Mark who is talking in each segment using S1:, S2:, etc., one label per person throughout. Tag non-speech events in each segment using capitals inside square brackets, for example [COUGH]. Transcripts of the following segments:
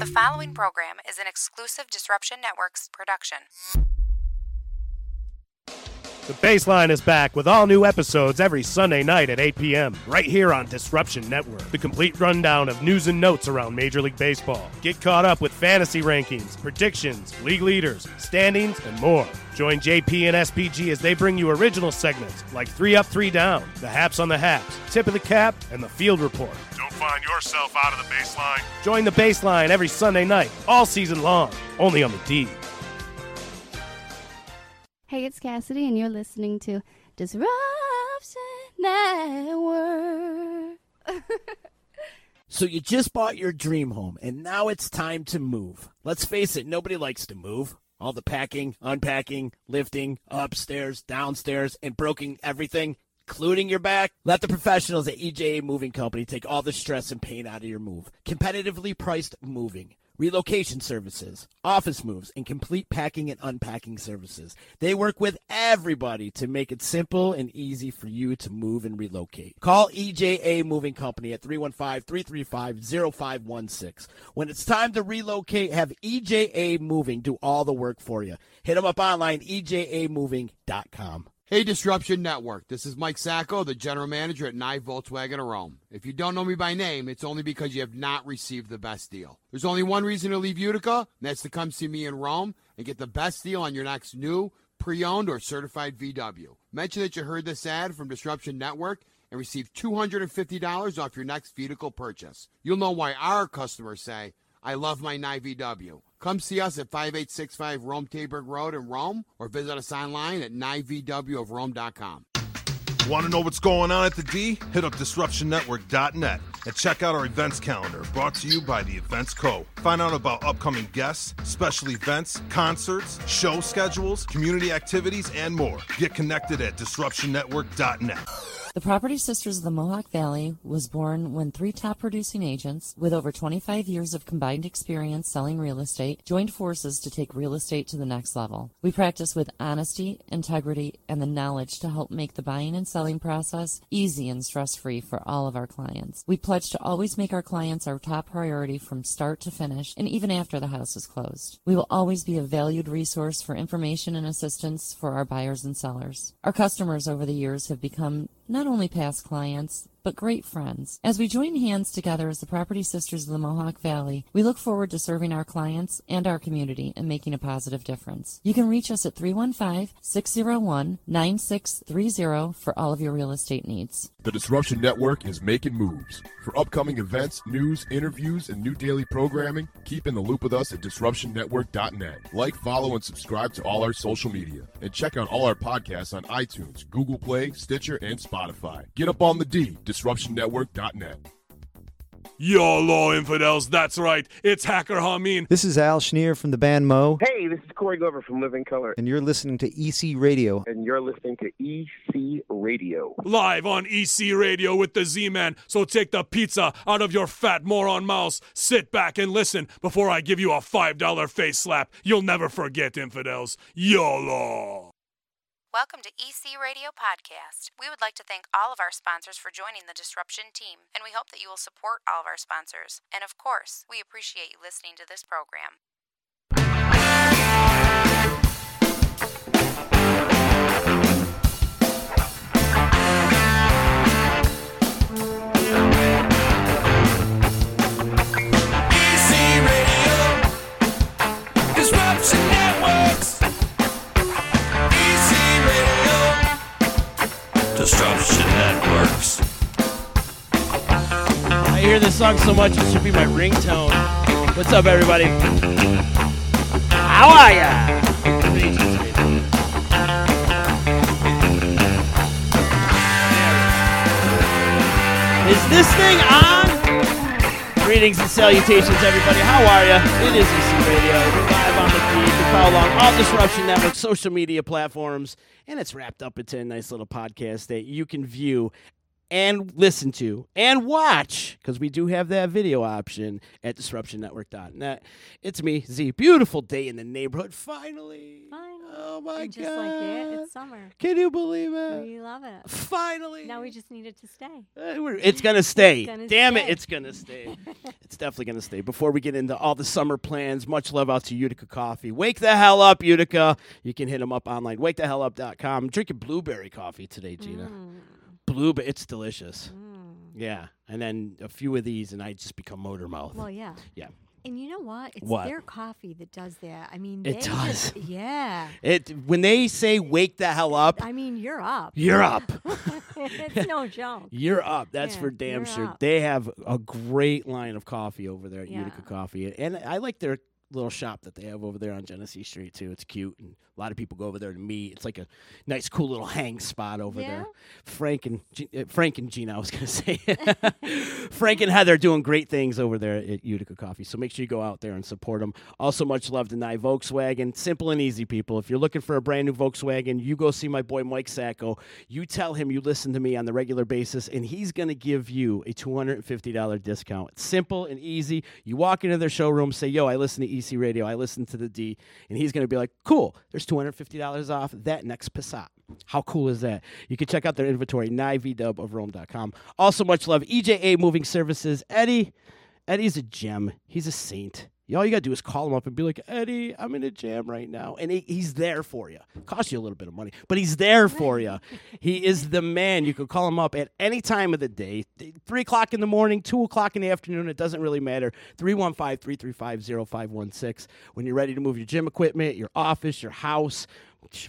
S1: The following program is an exclusive Disruption Networks production.
S2: The Baseline is back with all new episodes every Sunday night at 8 p.m. right here on Disruption Network. The complete rundown of news and notes around Major League Baseball. Get caught up with fantasy rankings, predictions, league leaders, standings, and more. Join JP and SPG as they bring you original segments like 3 Up, 3 Down, The Haps on the Haps, Tip of the Cap, and The Field Report.
S3: Don't find yourself out of the baseline.
S2: Join the Baseline every Sunday night, all season long, only on the D.
S4: Hey, it's Cassidy, and you're listening to Disruption Network.
S5: So you just bought your dream home and now it's time to move. Let's face it, nobody likes to move. All the packing, unpacking, lifting, upstairs, downstairs, and broking everything, including your back. Let the professionals at EJA Moving Company take all the stress and pain out of your move. Competitively priced moving. Relocation services, office moves, and complete packing and unpacking services. They work with everybody to make it simple and easy for you to move and relocate. Call EJA Moving Company at 315-335-0516. When it's time to relocate, have EJA Moving do all the work for you. Hit them up online, E ejamoving.com.
S6: Hey, Disruption Network. This is Mike Sacco, the general manager at Nye Volkswagen of Rome. If you don't know me by name, it's only because you have not received the best deal. There's only one reason to leave Utica, and that's to come see me in Rome and get the best deal on your next new, pre owned, or certified VW. Mention that you heard this ad from Disruption Network and receive $250 off your next vehicle purchase. You'll know why our customers say, I love my Nye VW. Come see us at 5865 Rome Taberg Road in Rome or visit us online at nyvwofrome.com.
S3: Want to know what's going on at the D? Hit up disruptionnetwork.net and check out our events calendar brought to you by the Events Co. Find out about upcoming guests, special events, concerts, show schedules, community activities, and more. Get connected at disruptionnetwork.net.
S7: The Property Sisters of the Mohawk Valley was born when three top producing agents with over 25 years of combined experience selling real estate joined forces to take real estate to the next level. We practice with honesty, integrity, and the knowledge to help make the buying and selling process easy and stress free for all of our clients. We pledge to always make our clients our top priority from start to finish and even after the house is closed. We will always be a valued resource for information and assistance for our buyers and sellers. Our customers over the years have become not only past clients, but great friends. As we join hands together as the Property Sisters of the Mohawk Valley, we look forward to serving our clients and our community and making a positive difference. You can reach us at 315 601 9630 for all of your real estate needs.
S8: The Disruption Network is making moves. For upcoming events, news, interviews, and new daily programming, keep in the loop with us at disruptionnetwork.net. Like, follow, and subscribe to all our social media. And check out all our podcasts on iTunes, Google Play, Stitcher, and Spotify. Get up on the D, disruptionnetwork.net.
S3: YOLO Infidels, that's right. It's Hacker Hameen.
S9: This is Al Schneer from the band Mo,
S10: Hey, this is Corey Glover from Living Color,
S9: and you're listening to EC Radio.
S10: and you're listening to EC Radio.
S3: Live on EC Radio with the Z Man. So take the pizza out of your fat moron mouse. Sit back and listen before I give you a $5 face slap. You'll never forget, infidels. YOLO.
S1: Welcome to EC Radio Podcast. We would like to thank all of our sponsors for joining the Disruption team, and we hope that you will support all of our sponsors. And of course, we appreciate you listening to this program.
S11: Disruption Networks.
S5: I hear this song so much it should be my ringtone. What's up, everybody? How are ya? Is this thing on? Greetings and salutations, everybody. How are ya? It is EC Radio. We're live on the feed. You can follow along all Disruption Network social media platforms, and it's wrapped up into a nice little podcast that you can view and listen to and watch because we do have that video option at disruptionnetwork.net. It's me, Z. Beautiful day in the neighborhood. Finally.
S4: Finally.
S5: Oh my
S4: and Just like that,
S5: God.
S4: it's summer.
S5: Can you believe it?
S4: We love it.
S5: Finally.
S4: Now we just need it to stay.
S5: Uh, we're- It's gonna stay.
S4: gonna
S5: Damn it,
S4: stay.
S5: it's gonna stay. [LAUGHS] it's definitely gonna stay. Before we get into all the summer plans, much love out to Utica Coffee. Wake the hell up, Utica. You can hit them up online. WakeTheHellUp.com. I'm drinking blueberry coffee today, Gina.
S4: Mm.
S5: Blueberry, it's delicious. Yeah, and then a few of these, and I just become motor mouth.
S4: Well, yeah.
S5: Yeah.
S4: And you know what? It's
S5: What?
S4: their coffee that does that. I mean,
S5: It
S4: they just-
S5: does.
S4: yeah.
S5: It when they say wake the hell up,
S4: I mean, you're up.
S5: [LAUGHS]
S4: [LAUGHS]
S5: You're up.
S4: it's no joke.
S5: You're up. That's
S4: Yeah,
S5: for damn
S4: you're
S5: sure.
S4: up.
S5: They have a great line of coffee over there at Utica
S4: Yeah.
S5: Coffee, and I like their little shop that they have over there on Genesee Street too. It's cute, and a lot of people go over there to meet. It's like a nice, cool little hang spot over there. Frank and G- uh, Frank and Gina, I was
S4: [LAUGHS]
S5: gonna [LAUGHS] say, Frank and Heather doing great things over there at Utica Coffee. So make sure you go out there and support them. Also, much love to Nye Volkswagen. Simple and easy, people. If you're looking for a brand new Volkswagen, you go see my boy Mike Sacco. You tell him you listen to me on the regular basis, and he's going to give you a $250 discount. It's simple and easy. You walk into their showroom, say, Yo, I listen to EC Radio, I listen to the D, and he's going to be like, Cool, there's $250 off that next Passat. How cool is that? You can check out their inventory, nivdub of Rome.com. Also, much love, EJA Moving Services. Eddie, Eddie's a gem. He's a saint. You- All you gotta do is call him up and be like, Eddie, I'm in a jam right now, and he, he's there for you. Costs you a little bit of money, but he's there for you. he is the man. You can call him up at any time of the day, th- three o'clock in the morning, two o'clock in the afternoon. It doesn't really matter. 315-335-0516. When you're ready to move your gym equipment, your office, your house,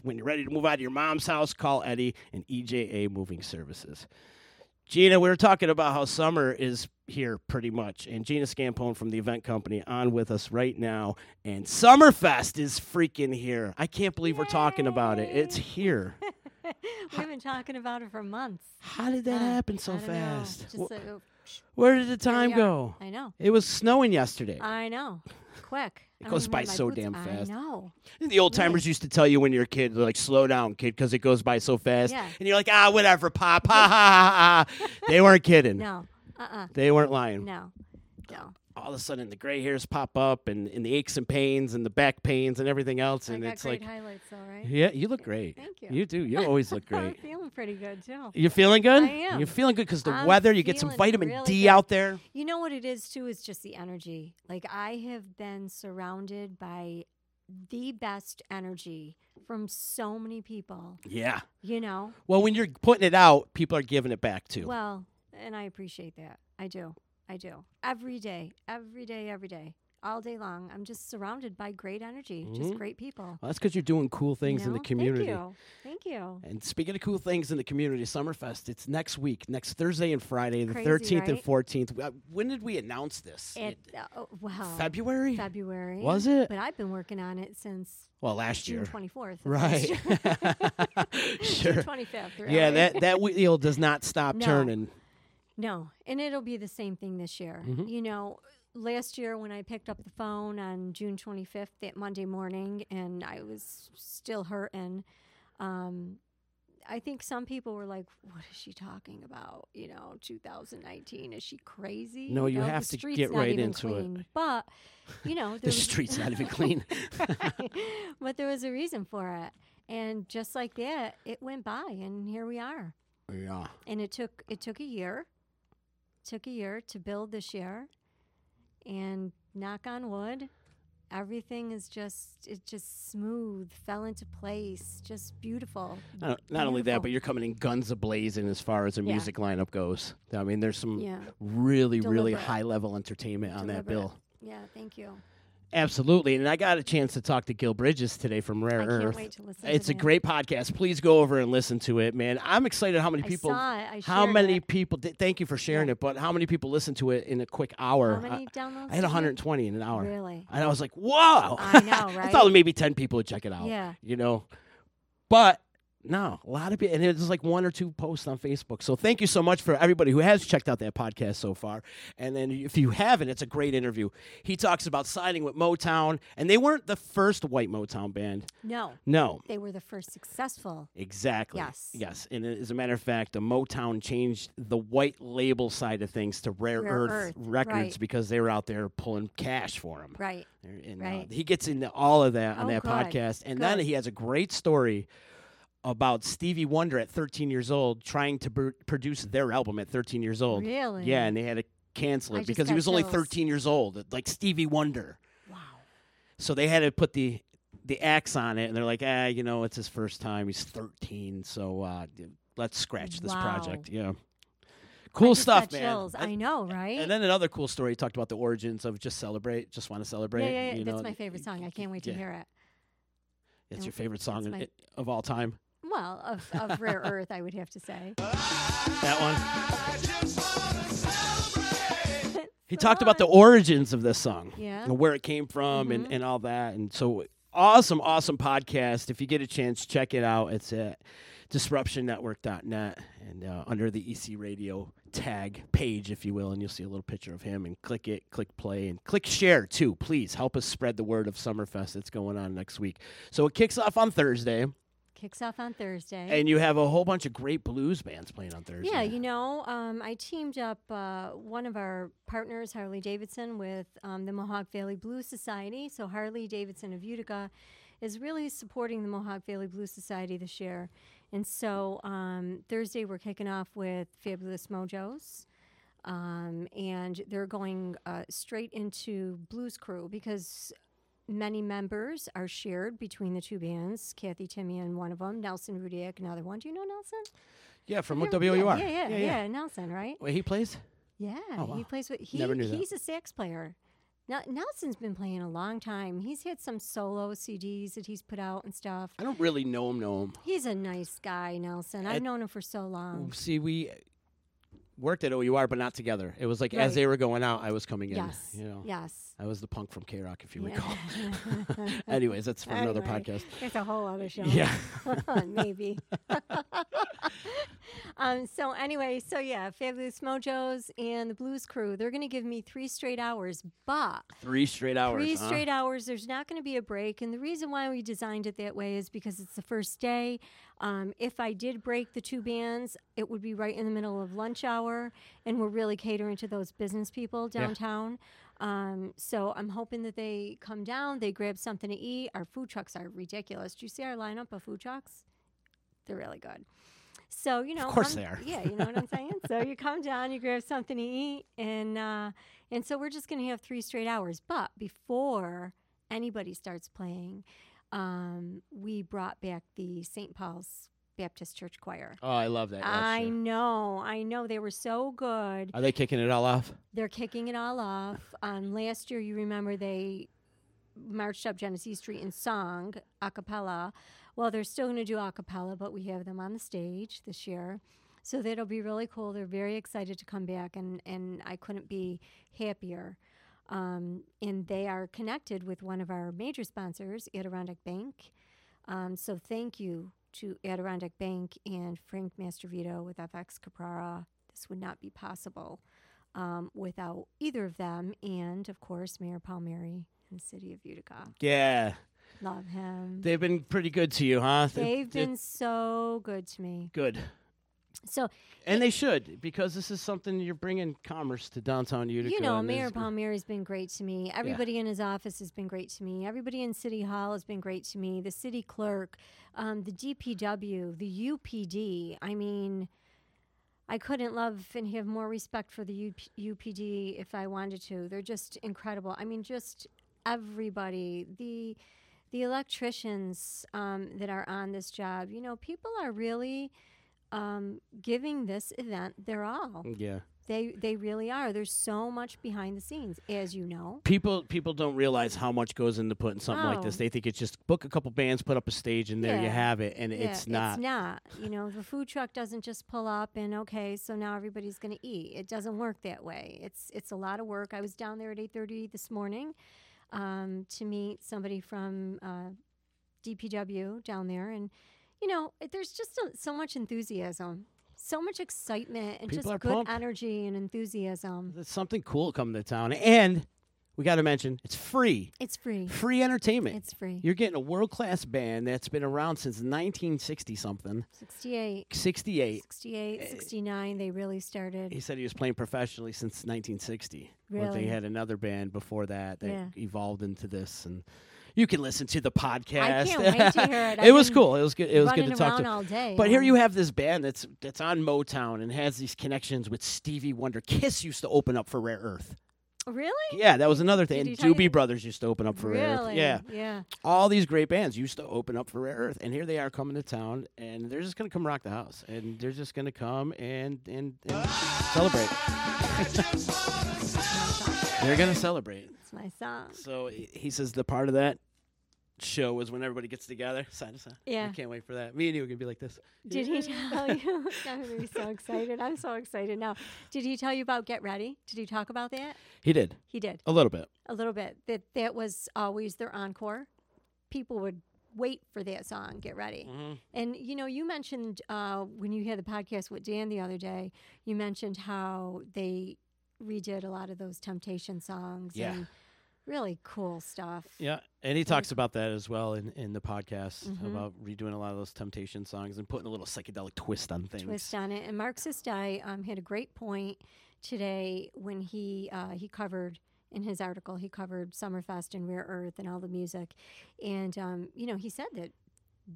S5: when you're ready to move out of your mom's house, call Eddie and EJA Moving Services. Gina, we were talking about how summer is here pretty much. And Gina Scampone from the event company on with us right now. And Summerfest is freaking here. I can't believe we're talking about it. It's here.
S4: [LAUGHS] We've been talking about it for months. Uh,
S5: How did that happen so fast?
S4: Just
S5: Wh-
S4: so- oh,
S5: Where did the
S4: Here we
S5: time
S4: are.
S5: go?
S4: I know.
S5: It was snowing yesterday.
S4: I know. Quick.
S5: It
S4: I don't
S5: goes
S4: even
S5: by
S4: have my
S5: so
S4: boots-
S5: damn fast.
S4: I know.
S5: the old timers used to tell you when you're a kid, they're like, slow down, kid, because it goes by so fast.
S4: Yeah.
S5: And you're like, ah, whatever, pop. Ha, ha, ha, ha. They weren't kidding.
S4: No. Uh-uh.
S5: They weren't lying.
S4: No. No.
S5: all of a sudden the gray hairs pop up and, and the aches and pains and the back pains and everything else
S4: I
S5: and
S4: got
S5: it's
S4: great
S5: like
S4: highlights, all right?
S5: yeah you look great
S4: Thank you.
S5: you
S4: [LAUGHS]
S5: do you always look
S4: I'm
S5: great
S4: feeling pretty good too.
S5: you're feeling good
S4: I am.
S5: you're feeling good because the
S4: I'm
S5: weather you get some
S4: feeling
S5: vitamin
S4: really
S5: d
S4: good.
S5: out there
S4: You know what it is too is just the energy. Like I have been surrounded by the best energy from so many people.
S5: yeah
S4: You know.
S5: well when you're putting it out people are giving it back too
S4: Well, and I appreciate that. I do. I do. Every day, every day, every day, all day long, I'm just surrounded by great energy, just
S5: Mhm.
S4: great people.
S5: Well, that's because you're doing cool things in
S4: know?
S5: the community
S4: Thank you. Thank you.
S5: And speaking of cool things in the community, Summerfest, it's next week, next Thursday and Friday, the
S4: Crazy,
S5: 13th and
S4: right?
S5: 14th. Uh, When did we announce this?
S4: It, oh, wow.
S5: February?
S4: February.
S5: Was it?
S4: But I've been working on it since
S5: Well, last
S4: June
S5: year.
S4: 24th. of last
S5: Right.
S4: year. [LAUGHS]
S5: [LAUGHS] sure.
S4: 25th,
S5: Yeah,
S4: right?
S5: that,
S4: [LAUGHS]
S5: that wheel does not stop
S4: No.
S5: turning.
S4: No, and it'll be the same thing this year.
S5: Mhm.
S4: You know, last year when I picked up the phone on June 25th, that Monday morning, and I was still hurting. Um, I think some people were like, "What is she talking about?" You know, 2019. Is she crazy?
S5: No, you
S4: the
S5: have to
S4: street's
S5: get
S4: not
S5: right
S4: even
S5: into it.
S4: clean. But you know,
S5: The street's
S4: [LAUGHS]
S5: not even clean.
S4: Right. But there was a reason for it, and just like that, it went by, and here we are
S5: Yeah.
S4: and it took it took a year took a year to build this year and knock on wood everything is just it just smooth fell into place just beautiful
S5: Not, not only that, but you're coming in guns ablazing as far as the
S4: Yeah.
S5: music lineup goes. I mean, there's some
S4: Yeah.
S5: really, really
S4: Deliberate.
S5: high level entertainment on that bill.
S4: yeah thank you
S5: Absolutely. And I got a chance to talk to Gil Bridges today from Rare
S4: I can't
S5: Earth.
S4: wait to listen to
S5: it's a
S4: that.
S5: great podcast. Please go over and listen to it, man. I'm excited how many
S4: I
S5: people
S4: saw it. I
S5: how
S4: shared
S5: many people did, thank you for sharing it, but how many people listened to it in a quick hour?
S4: How many
S5: I,
S4: downloads
S5: I
S4: did you
S5: had
S4: get?
S5: 120 in an hour.
S4: Really?
S5: And I was like, "Whoa."
S4: I know,
S5: I [LAUGHS]
S4: right?
S5: thought maybe 10 people would check it out.
S4: Yeah.
S5: You know. But No, a lot of people, and it's like one or two posts on Facebook. So thank you so much for everybody who has checked out that podcast so far. And then if you haven't, it's a great interview. He talks about signing with Motown, and they weren't the first white Motown band.
S4: No.
S5: No.
S4: They were the first successful.
S5: Exactly.
S4: Yes.
S5: Yes. And as a matter of fact, the Motown changed the white label side of things to Rare,
S4: Rare
S5: Earth,
S4: Earth,
S5: Records
S4: right.
S5: because they were out there pulling cash for them.
S4: Right.
S5: And, uh,
S4: right.
S5: he gets into all of that on
S4: Oh,
S5: that
S4: good.
S5: podcast. And then
S4: Good.
S5: he has a great story about Stevie Wonder at 13 years old trying to pr- produce their album at 13 years old.
S4: Really?
S5: Yeah, and they had to cancel
S4: I
S5: it
S4: just
S5: because he
S4: got
S5: was only
S4: chills.
S5: 13 years old, like Stevie Wonder. So they had to put the the axe on it, and they're like, ah, you know, it's his first time. He's 13, so uh, d- let's scratch this
S4: Wow.
S5: project. Yeah. Cool
S4: Just got
S5: stuff, man.
S4: chills. I know, right?
S5: And then another cool story he talked about the origins of just celebrate, just want to
S4: yeah,
S5: celebrate.
S4: yeah, yeah.
S5: you
S4: That's
S5: know,
S4: my favorite song. I can't wait to
S5: yeah.
S4: hear it.
S5: It's your favorite
S4: That's
S5: song
S4: my-
S5: i- of all time.
S4: Well, of, of
S5: [LAUGHS]
S4: Rare Earth, I would have to say. [LAUGHS]
S5: That one. He talked about the origins of this song,
S4: Yeah. Mm-hmm.
S5: and where it came from, and, and all that. And so, awesome, awesome podcast. If you get a chance, check it out. It's at disruptionnetwork.net and uh, under the EC Radio tag page, if you will, and you'll see a little picture of him. And click it, click play, and click share too. Please help us spread the word of Summerfest that's going on next week. So it kicks off on Thursday,
S4: Kicks off on Thursday.
S5: and you have a whole bunch of great blues bands playing on Thursday.
S4: Yeah, you know, um, I teamed up uh, one of our partners, Harley Davidson, with um, the Mohawk Valley Blues Society. So Harley Davidson of Utica is really supporting the Mohawk Valley Blues Society this year. And so um, Thursday we're kicking off with Fabulous Mojos. Um, and they're going uh, straight into Blues Crew because many members are shared between the two bands, Kathy Timian, one of them, Nelson Rudiak, another one. Do you know Nelson?
S5: Yeah, from
S4: Yeah,
S5: what WOUR.
S4: Yeah, yeah, yeah, Nelson, right?
S5: Wait, he plays?
S4: Yeah,
S5: Oh, wow.
S4: he plays with. He,
S5: Never knew that.
S4: he's a sax player. Now, Nelson's been playing a long time. He's had some solo CDs that he's put out and stuff.
S5: I don't really know him, know him.
S4: He's a nice guy, Nelson. I've
S5: At-
S4: known him for so long.
S5: See, we worked at OUR, but not together. It was like
S4: Right.
S5: as they were going out, I was coming in.
S4: Yes,
S5: You know?
S4: yes.
S5: I was the punk from K Rock, if you
S4: Yeah.
S5: recall.
S4: [LAUGHS]
S5: [LAUGHS] Anyways, that's for another
S4: Anyway,
S5: podcast.
S4: It's a whole other show. [LAUGHS]
S5: Yeah.
S4: Maybe. um, so, anyway, so yeah, Fabulous Mojos and the Blues Crew, they're going to give me three straight hours, but
S5: Three straight hours.
S4: Three
S5: huh?
S4: straight hours. There's not going to be a break. And the reason why we designed it that way is because it's the first day. Um, if I did break the two bands, it would be right in the middle of lunch hour. And we're really catering to those business people
S12: Yeah.
S4: downtown. Um, so I'm hoping that they come down, they grab something to eat. Our food trucks are ridiculous. Do you see our lineup of food trucks? They're really good. So you know,
S5: course
S4: come-
S5: they are.
S4: Yeah, you know what I'm saying. so you come down, you grab something to eat, and uh, and so we're just gonna have three straight hours. But before anybody starts playing, um, we brought back the St. Paul's Baptist Church Choir.
S5: Oh, I love that. Yes,
S4: I
S5: sure.
S4: know, I know, they were so good.
S5: Are they kicking it all off?
S4: They're kicking it all off. Um, last year, you remember they marched up Genesee Street and sung a cappella. Well, they're still going to do a cappella, but we have them on the stage this year. So that'll be really cool. They're very excited to come back, and, and I couldn't be happier. Um, and they are connected with one of our major sponsors, Adirondack Bank. Um, so thank you to Adirondack Bank and Frank Mastervito with FX Caprara. This would not be possible um, without either of them, and of course Mayor Palmieri and the City of Utica.
S5: Yeah.
S4: Love him.
S5: They've been pretty good to you, huh? They-
S4: Um, They've
S5: they're
S4: been so good to me.
S5: good.
S4: So
S5: And they should, because this is something you're bringing commerce to downtown Utica.
S4: You know,
S5: and
S4: Mayor
S5: there's-
S4: Palmieri's been great to me. Everybody in his office has been great to me. Everybody in City Hall has been great to me. The city clerk, um, the DPW, the UPD. I mean, I couldn't love and have more respect for the UP- UPD if I wanted to. They're just incredible. I mean, just everybody. The the electricians um, that are on this job. You know, people are really um, giving this event their all.
S5: Yeah.
S4: They they really are. There's so much behind the scenes, as you know.
S5: People people don't realize how much goes into putting something like this.
S4: Oh.
S5: They think it's just book a couple bands, put up a stage, and there you
S4: Yeah.
S5: have it. And
S4: Yeah,
S5: it's not.
S4: It's not. You know, the food truck doesn't just pull up and okay, so now everybody's going to eat. It doesn't work that way. It's it's a lot of work. I was down there at 8:30 this morning um, to meet somebody from uh, DPW down there, and you know, it- there's just a, so much enthusiasm, so much excitement, and
S5: People are
S4: just good
S5: pumped.
S4: energy and enthusiasm.
S5: There's something cool coming to town, and we got to mention it's free.
S4: It's free.
S5: Free entertainment.
S4: It's free.
S5: You're getting a world class band that's been around since 1960 something,
S4: 68,
S5: 68.
S4: 68, 69, they really started.
S5: Eh. He said he was playing professionally since 1960. When
S4: Really?
S5: they had another band before that that
S4: Yeah.
S5: evolved into this, and you can listen to the podcast.
S4: I can't wait to hear
S5: [LAUGHS]
S4: it. I've
S5: it was
S4: been
S5: cool. It was good. It was good to
S4: running
S5: talk
S4: around
S5: to.
S4: all day.
S5: But here
S4: I'm-
S5: you have this band that's that's on Motown and has these connections with Stevie Wonder. Kiss used to open up for Rare Earth.
S4: Really?
S5: Yeah, that was another thing.
S4: Did
S5: And
S4: he tell you
S5: Doobie Brothers used to open up for Rare Earth.
S4: Really?
S5: Yeah.
S4: Yeah.
S5: All these great bands used to open up for Rare Earth, and here they are coming to town, and they're just gonna come rock the house, and they're just gonna come and and, and celebrate. [LAUGHS] they're gonna celebrate.
S4: It's my song.
S5: So he he says the part of that show was when everybody gets together, side to side.
S4: Yeah.
S5: I can't wait for that. Me and you are gonna be like this.
S4: Did
S5: [LAUGHS]
S4: he tell you? [LAUGHS] I'm gonna be so excited. I'm so excited now. Did he tell you about Get Ready? Did he talk about that?
S5: He did.
S4: He did.
S5: A little bit.
S4: A little bit. That that was always their encore. People would wait for that song, Get Ready.
S5: Mm-hmm.
S12: Mhm.
S4: And you know, you mentioned uh, when you had the podcast with Dan the other day, you mentioned how they redid a lot of those Temptation songs
S5: Yeah.
S4: and really cool stuff.
S5: Yeah, and he talks about that as well in, in the podcast
S4: Mhm.
S5: about redoing a lot of those Temptation songs and putting a little psychedelic twist on things.
S4: twist on it. And Mark Sistai um, had a great point today when he uh, he covered in his article he covered Summerfest and Rare Earth and all the music, and um, you know he said that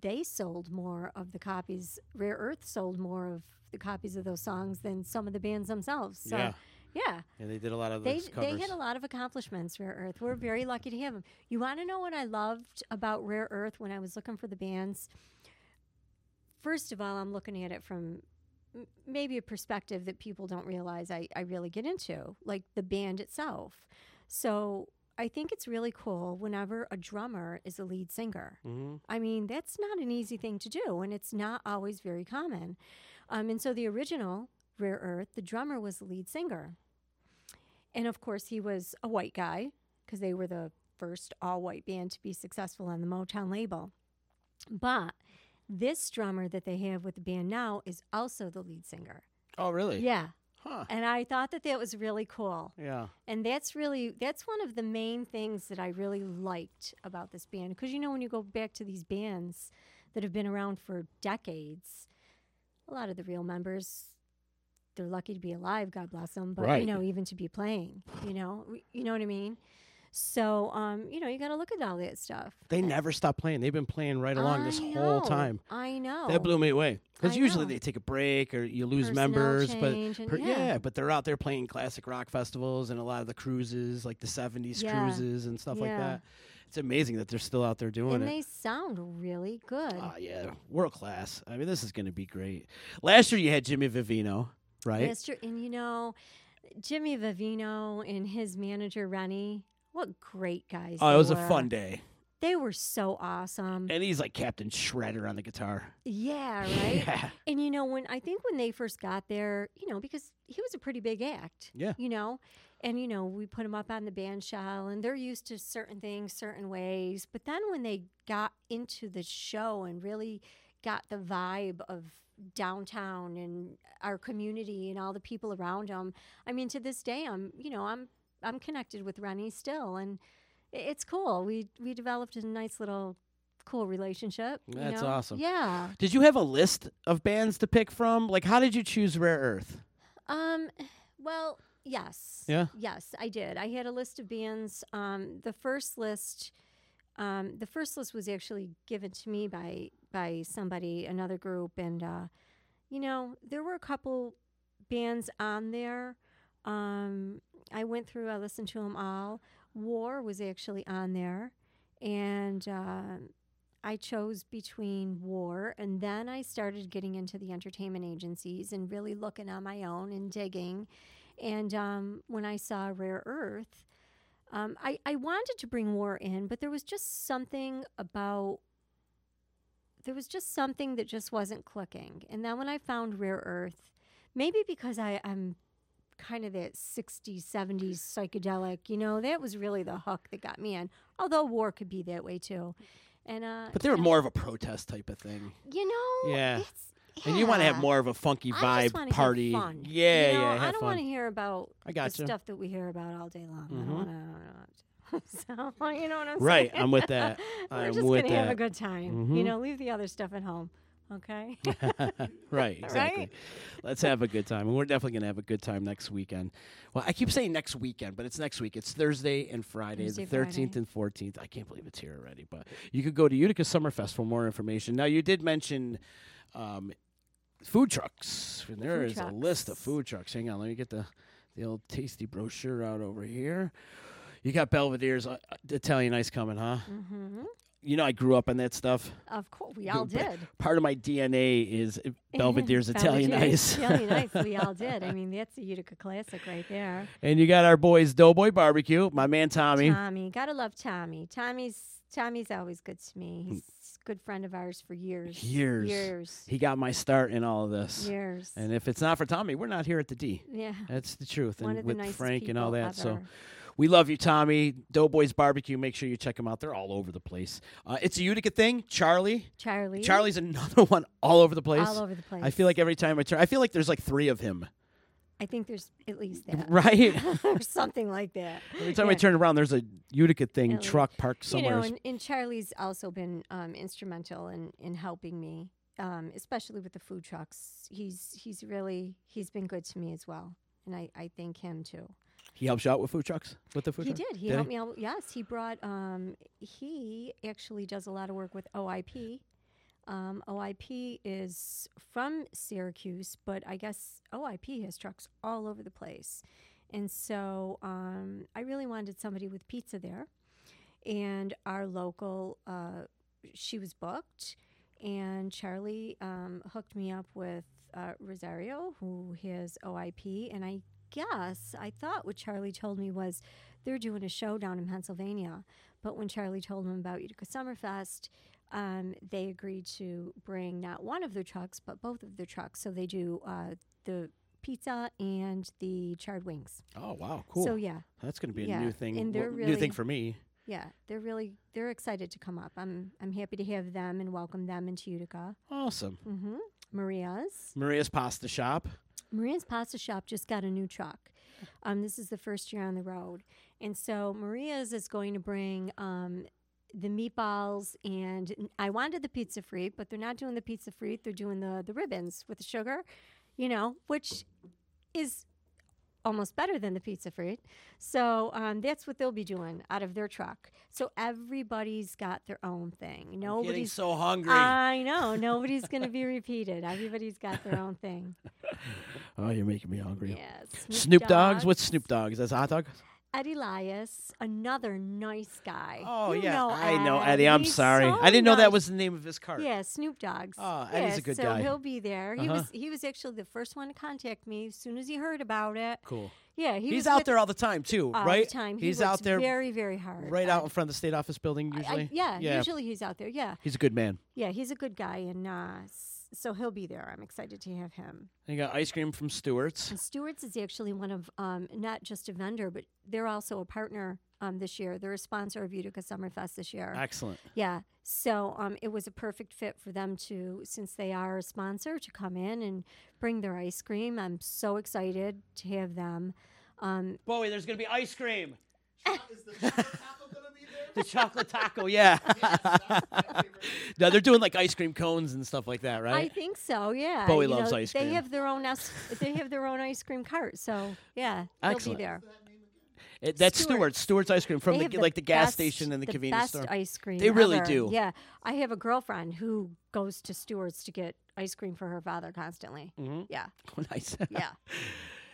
S4: they sold more of the copies. Rare Earth sold more of the copies of those songs than some of the bands themselves. So,
S5: Yeah.
S4: yeah.
S5: Yeah, they did a lot of
S4: They,
S5: those covers.
S4: they had a lot of accomplishments, Rare Earth. We're very lucky to have them. You want to know what I loved about Rare Earth when I was looking for the bands? First of all, I'm looking at it from m- maybe a perspective that people don't realize I, I really get into, like the band itself. So I think it's really cool whenever a drummer is a lead singer.
S5: Mm-hmm.
S12: Mhm.
S4: I mean, that's not an easy thing to do, and it's not always very common. Um, and so the original Rare Earth, the drummer was the lead singer. And of course, he was a white guy because they were the first all white band to be successful on the Motown label. But this drummer that they have with the band now is also the lead singer.
S5: oh, really?
S4: Yeah.
S5: Huh.
S4: And I thought that that was really cool.
S5: Yeah.
S4: And that's really that's one of the main things that I really liked about this band because you know when you go back to these bands that have been around for decades, a lot of the real members they're lucky to be alive, God bless them, but
S12: Right.
S4: you know even to be playing, you know, you know what I mean. So um, you know you got to look at all that stuff.
S5: They never stopped playing. They've been playing right along this
S4: I
S5: whole
S4: know,
S5: time.
S4: I know
S5: That blew me away because
S4: I
S5: usually
S4: know.
S5: they take a break or you lose
S4: Personnel
S5: members,
S4: change
S5: but
S4: and-
S5: per-
S4: yeah.
S5: but they're out there playing classic rock festivals and a lot of the cruises, like the '70s
S4: Yeah.
S5: cruises and stuff like
S4: Yeah.
S5: that. It's amazing that they're still out there doing
S4: and
S5: it.
S4: they sound really good.
S5: Ah, yeah, world class. I mean, this is going to be great. Last year you had Jimmy Vivino, right?
S4: That's true. And you know, Jimmy Vivino and his manager Rennie, what great guys!
S5: Oh,
S4: they
S5: it was a
S4: were.
S5: fun day.
S4: They were so awesome.
S5: And he's like Captain Shredder on the guitar.
S4: yeah,
S5: [LAUGHS]
S4: right. And you know, when I think when they first got there, you know, because he was a pretty big act.
S5: Yeah.
S4: You know, and you know, we put him up on the band shell, and they're used to certain things, certain ways. But then when they got into the show and really got the vibe of downtown and our community and all the people around them, I mean, to this day, I'm, you know, I'm, I'm connected with Rennie still, and i- it's cool. We we developed a nice little cool relationship. you
S5: That's
S4: know?
S5: awesome.
S4: Yeah.
S5: Did you have a list of bands to pick from? Like, how did you choose Rare Earth?
S4: Um, well, yes.
S5: Yeah?
S4: Yes, I did. I had a list of bands. Um, the first list, um, the first list was actually given to me by by somebody, another group, and uh, you know, there were a couple bands on there. Um, I went through. I listened to them all. War was actually on there, and. um I chose between war and then I started getting into the entertainment agencies and really looking on my own and digging. And um, when I saw Rare Earth, um, I, I wanted to bring war in, but there was just something about there was just something that just wasn't clicking. And then when I found Rare Earth, maybe because I, I'm kind of that 60s, 70s psychedelic, you know, that was really the hook that got me in. Although war could be that way too. And uh,
S5: But they were more of a protest type of thing.
S4: you know,
S5: yeah. And you want to have
S4: yeah.
S5: more of a funky
S4: I just
S5: vibe
S4: wanna
S5: party.
S4: Have fun.
S5: Yeah,
S4: You know,
S5: yeah. Have
S4: I don't
S5: fun.
S4: want to hear about
S5: I gotcha.
S4: the stuff that we hear about all day long. I
S5: Mhm.
S4: don't want to. So you know what I'm
S5: Right,
S4: saying?
S5: I'm with that.
S4: [LAUGHS] We're
S5: I'm
S4: just
S5: with
S4: gonna have a
S5: that.
S4: good time.
S5: Mhm.
S4: You know, leave the other stuff at home. Okay.
S5: right,
S13: [LAUGHS]
S5: exactly.
S4: Right?
S5: Let's have a good time. And we're definitely going to have a good time next weekend. Well, I keep saying next weekend, but it's next week. It's Thursday and Friday,
S13: Thursday,
S5: the 13th
S13: Friday.
S5: and 14th. I can't believe it's here already, but you could go to Utica Summerfest for more information. Now, you did mention um, food trucks. And there
S13: Food
S5: is a list of food trucks. Hang on, let me get the, the old tasty brochure out over here. You got Belvedere's uh, Italian ice coming, huh?
S13: Mm-hmm.
S4: hmm
S5: You know, I grew up on that stuff.
S4: Of course, we all
S5: But
S4: did.
S5: Part of my DNA
S4: [LAUGHS]
S5: is Belvedere's Italian
S4: Belvedere's
S5: ice.
S4: Italian ice.
S5: [LAUGHS]
S4: We all did. I mean, that's a Utica classic right there.
S5: and you got our boys Doughboy Barbecue, my man Tommy.
S4: Tommy, gotta love Tommy. Tommy's Tommy's always good to me. He's a good friend of ours for years.
S5: Mm. Years.
S4: Years.
S5: He got my start in all of this.
S4: Years.
S5: And if it's not for Tommy, we're not here at the D.
S4: Yeah.
S5: That's the truth.
S4: One
S5: and
S4: of the
S5: with
S4: nicest
S5: Frank and all
S4: people
S5: that. So
S4: ever.
S5: we love you, Tommy. Doughboys Barbecue. Make sure you check them out. They're all over the place. Uh, it's a Utica thing. Charlie.
S4: Charlie.
S5: Charlie's another one all over the place.
S4: All over the
S5: I feel like every time I turn, I feel like there's like three of him.
S4: I think there's at least that.
S5: [LAUGHS] Right.
S4: [LAUGHS] or something like that.
S5: Every time I
S4: Yeah.
S5: turn around, there's a Utica thing
S4: At least.
S5: truck parked somewhere.
S4: You know, and, and Charlie's also been um, instrumental in, in helping me, um, especially with the food trucks. He's he's really he's been good to me as well, and I, I thank him too.
S5: he helps you out with food trucks. With the food
S4: he
S5: truck?
S4: did. He helped me out. Yes, he brought. Um, he actually does a lot of work with OIP. Um, OIP is from Syracuse, but I guess OIP has trucks all over the place, and so um, I really wanted somebody with pizza there, and our local. Uh, she was booked, and Charlie um, hooked me up with uh, Rosario, who has OIP, and I guess I thought what Charlie told me was they're doing a show down in Pennsylvania. But when Charlie told him about Utica Summerfest, um, they agreed to bring not one of their trucks, but both of their trucks. So they do uh, the pizza and the charred wings.
S5: Oh wow, cool.
S4: So yeah,
S5: that's going to be a
S4: Yeah,
S5: new thing.
S4: and they're
S5: well, new
S4: really-
S5: thing for me.
S4: yeah, they're really they're excited to come up. I'm I'm happy to have them and welcome them into Utica.
S5: Awesome.
S4: hmm Maria's
S5: Maria's Pasta Shop.
S4: Maria's Pasta Shop just got a new truck. Um, this is the first year on the road, and so Maria's is going to bring um, the meatballs and I wanted the pizza free, but they're not doing the pizza free. They're doing the the ribbons with the sugar, you know, which is almost better than the pizza free. So um, that's what they'll be doing out of their truck. So everybody's got their own thing. Nobody's
S5: so hungry.
S4: I know nobody's going to be repeated. Everybody's got their own thing.
S5: Oh, you're making me hungry.
S4: Yeah,
S5: Snoop,
S4: Snoop
S5: Dogg's.
S4: Dogg's.
S5: What's Snoop Dogg's? That's a hot dog.
S4: Ed Elias, another nice guy.
S5: Oh
S4: You
S5: yeah,
S4: know
S5: I know
S4: Ed.
S5: Eddie. I'm
S4: He's
S5: sorry.
S4: so
S5: I didn't know that
S4: nice.
S5: was the name of his cart.
S4: Yeah, Snoop Dogg's.
S5: Oh,
S4: yeah,
S5: Eddie's a good
S4: so
S5: guy.
S4: he'll be there. He
S5: Uh-huh.
S4: was he was actually the first one to contact me as soon as he heard about it.
S5: Cool.
S4: Yeah, he
S5: he's
S4: was
S5: out
S4: with-
S5: there all the time too,
S4: all
S5: right?
S4: The time. He
S5: he's
S4: works
S5: out there
S4: very very hard.
S5: right
S4: I-
S5: out in front of the state office building
S4: I-
S5: usually.
S4: yeah, usually he's out there. Yeah,
S5: He's a good man.
S4: yeah, he's a good guy, and uh, s- so he'll be there. I'm excited to have him.
S5: And you got ice cream from Stewart's.
S4: And Stewart's is actually one of um, not just a vendor, but they're also a partner um, this year. They're a sponsor of Utica Summerfest this year.
S5: Excellent.
S4: Yeah. So um, it was a perfect fit for them to, since they are a sponsor, to come in and bring their ice cream. I'm so excited to have them. Um,
S5: Bowie, there's gonna be ice cream.
S4: [LAUGHS]
S5: Is the chocolate taco gonna [LAUGHS] be there? the chocolate taco, yeah. no, they're doing like ice cream cones and stuff like that, right?
S4: I think so. Yeah.
S5: Bowie loves ice
S4: They
S5: cream.
S4: have their own ice, they have their own ice cream cart. So yeah, they'll
S5: Excellent.
S4: be there.
S5: It- that's Stewart's. Stewart's ice cream from
S4: They
S5: the,
S4: have
S5: like the gas
S4: best-
S5: station and the,
S4: the
S5: convenience
S4: best
S5: store.
S4: ice cream.
S5: They really
S4: ever.
S5: do. [LAUGHS]
S4: Yeah, I have a girlfriend who goes to Stewart's to get ice cream for her father constantly.
S5: Mhm.
S4: Yeah,
S5: Oh, nice.
S4: yeah.
S5: [LAUGHS]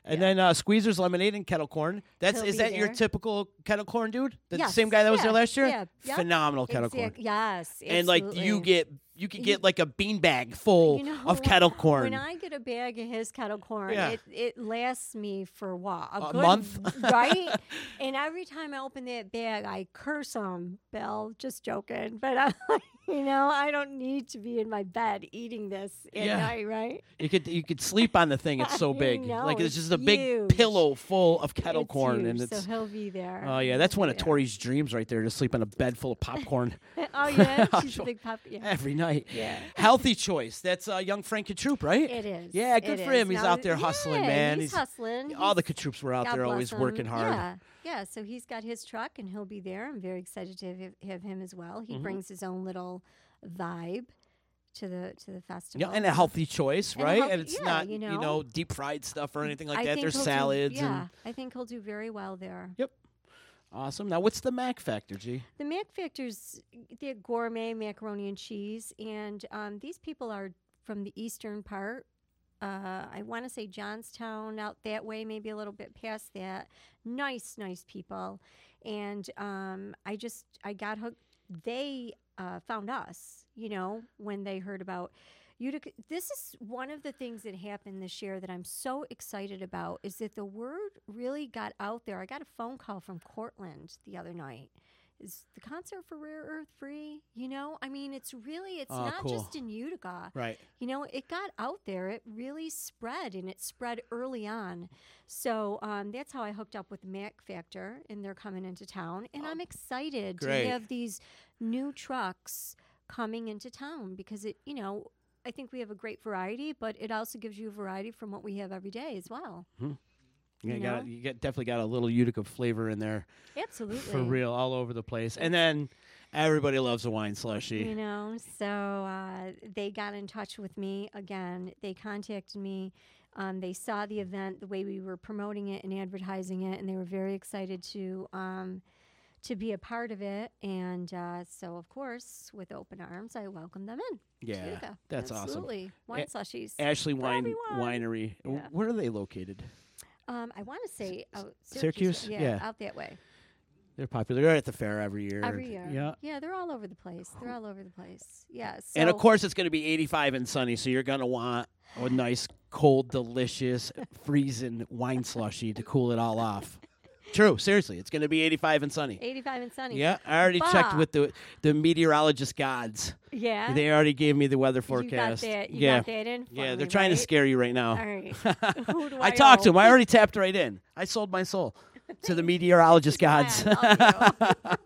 S5: And then uh, Squeezer's lemonade and kettle corn. That's
S4: He'll be
S5: is that your
S4: there.
S5: typical kettle corn dude? The
S4: Yes.
S5: same guy that was there
S4: Yeah.
S5: last year.
S4: Yeah. Yep.
S5: Phenomenal kettle
S4: Exact-
S5: corn.
S4: Yes,
S5: And like you
S4: absolutely.
S5: get you could get like a beanbag full
S4: You know
S5: of
S4: what?
S5: kettle corn.
S4: When I get a bag of his kettle corn,
S5: Yeah.
S4: it, it lasts me for a while. A,
S5: A
S4: good-
S5: month?
S4: [LAUGHS]
S5: [LAUGHS]
S4: right? And every time I open that bag, I curse him, Bill, just joking. But I'm like, [LAUGHS] you know, I don't need to be in my bed eating this at
S5: Yeah.
S4: night, right?
S5: You could you could sleep on the thing. It's
S4: [LAUGHS]
S5: so
S4: I
S5: big.
S4: know,
S5: like it's
S4: it's
S5: just a big
S4: huge.
S5: pillow full of kettle
S4: It's
S5: corn,
S4: huge,
S5: and
S4: so
S5: it's
S4: he'll be there.
S5: oh yeah, that's one of Tori's dreams right there to sleep on a bed full of popcorn.
S4: [LAUGHS] oh
S5: [LAUGHS]
S4: yeah, she's a big pop. Yeah.
S5: Every night,
S4: Yeah.
S5: Healthy choice. That's uh, young Frank Katroop, right?
S4: It is.
S5: Yeah, good
S4: It
S5: for
S4: is.
S5: him. He's
S4: Now-
S5: out there hustling,
S4: yeah,
S5: man.
S4: He's, hustling.
S5: All the
S4: He's-
S5: Katroops were out
S4: God
S5: there
S4: bless
S5: always
S4: him.
S5: working hard.
S4: Yeah, yeah. So he's got his truck, and he'll be there. I'm very excited to have, have him as well. He
S5: Mhm.
S4: brings his own little vibe to the to the festival.
S5: Yeah, and a healthy choice,
S4: And a
S5: right?
S4: healthy-
S5: and it's
S4: yeah,
S5: not
S4: you know. Mm,
S5: deep fried stuff or anything like
S4: I
S5: that.
S4: think
S5: There's
S4: he'll do-
S5: salads
S4: yeah,
S5: and
S4: I think he'll do very well there.
S5: Yep. awesome. Now, what's the Mac factor, G?
S4: The Mac Factor's the gourmet macaroni and cheese, and um, these people are from the eastern part. Uh, I want to say Johnstown, out that way, maybe a little bit past that. Nice, nice people, and um, I just I got hooked. They uh, found us, you know, when they heard about Utica. This is one of the things that happened this year that I'm so excited about is that the word really got out there. I got a phone call from Cortland the other night is the concert for rare earth free you know i mean it's really it's
S5: Oh,
S4: not
S5: cool.
S4: just in utica
S5: Right.
S4: you know it got out there it really spread and it spread early on so um, that's how i hooked up with mac factor and they're coming into town and i'm excited
S5: great.
S4: to have these new trucks coming into town because it you know i think we have a great variety but it also gives you variety from what we have every day as well
S5: Yeah,
S4: You
S5: you, got
S4: know?
S5: you got definitely got a little Utica flavor in there. For
S4: Absolutely.
S5: real, all over the place. And then everybody loves a wine slushy.
S4: You know, so uh, they got in touch with me again. They contacted me. Um, they saw the event, the way we were promoting it and advertising it, and they were very excited to um, to be a part of it. And uh, so, of course, with open arms, I welcome them in. to
S5: Yeah,
S4: Utica.
S5: that's awesome.
S4: Absolutely. Wine
S5: A-
S4: slushies.
S5: Ashley
S4: for
S5: Wine
S4: everyone.
S5: Winery. W-
S4: Yeah.
S5: Where are they located?
S4: Um, I want to say out
S5: Syracuse?
S4: Yeah,
S5: Yeah.
S4: out that way.
S5: They're popular. They're at the fair every year.
S4: Every year.
S5: Yeah.
S4: yeah, they're all over the place. They're all over the place. Yeah. So
S5: and of course, it's going to be 85 and sunny, so you're going to want a nice, cold, delicious, freezing wine slushy to cool it
S4: [LAUGHS]
S5: all off. True. Seriously, it's going to be 85 and sunny.
S4: 85 and sunny.
S5: Yeah, I already checked
S4: But-
S5: with the the meteorologist gods.
S4: Yeah.
S5: They already gave me the weather
S4: got
S5: forecast.
S4: that- you
S5: yeah.
S4: got that in for
S5: yeah,
S4: me,
S5: they're trying to
S4: right?
S5: scare you right now.
S4: All
S5: [LAUGHS]
S4: right. Who do
S5: I
S4: I
S5: talked to
S4: owe?
S5: him. I already tapped right in. I sold my soul
S4: [LAUGHS]
S5: to the meteorologist gods.
S4: This is why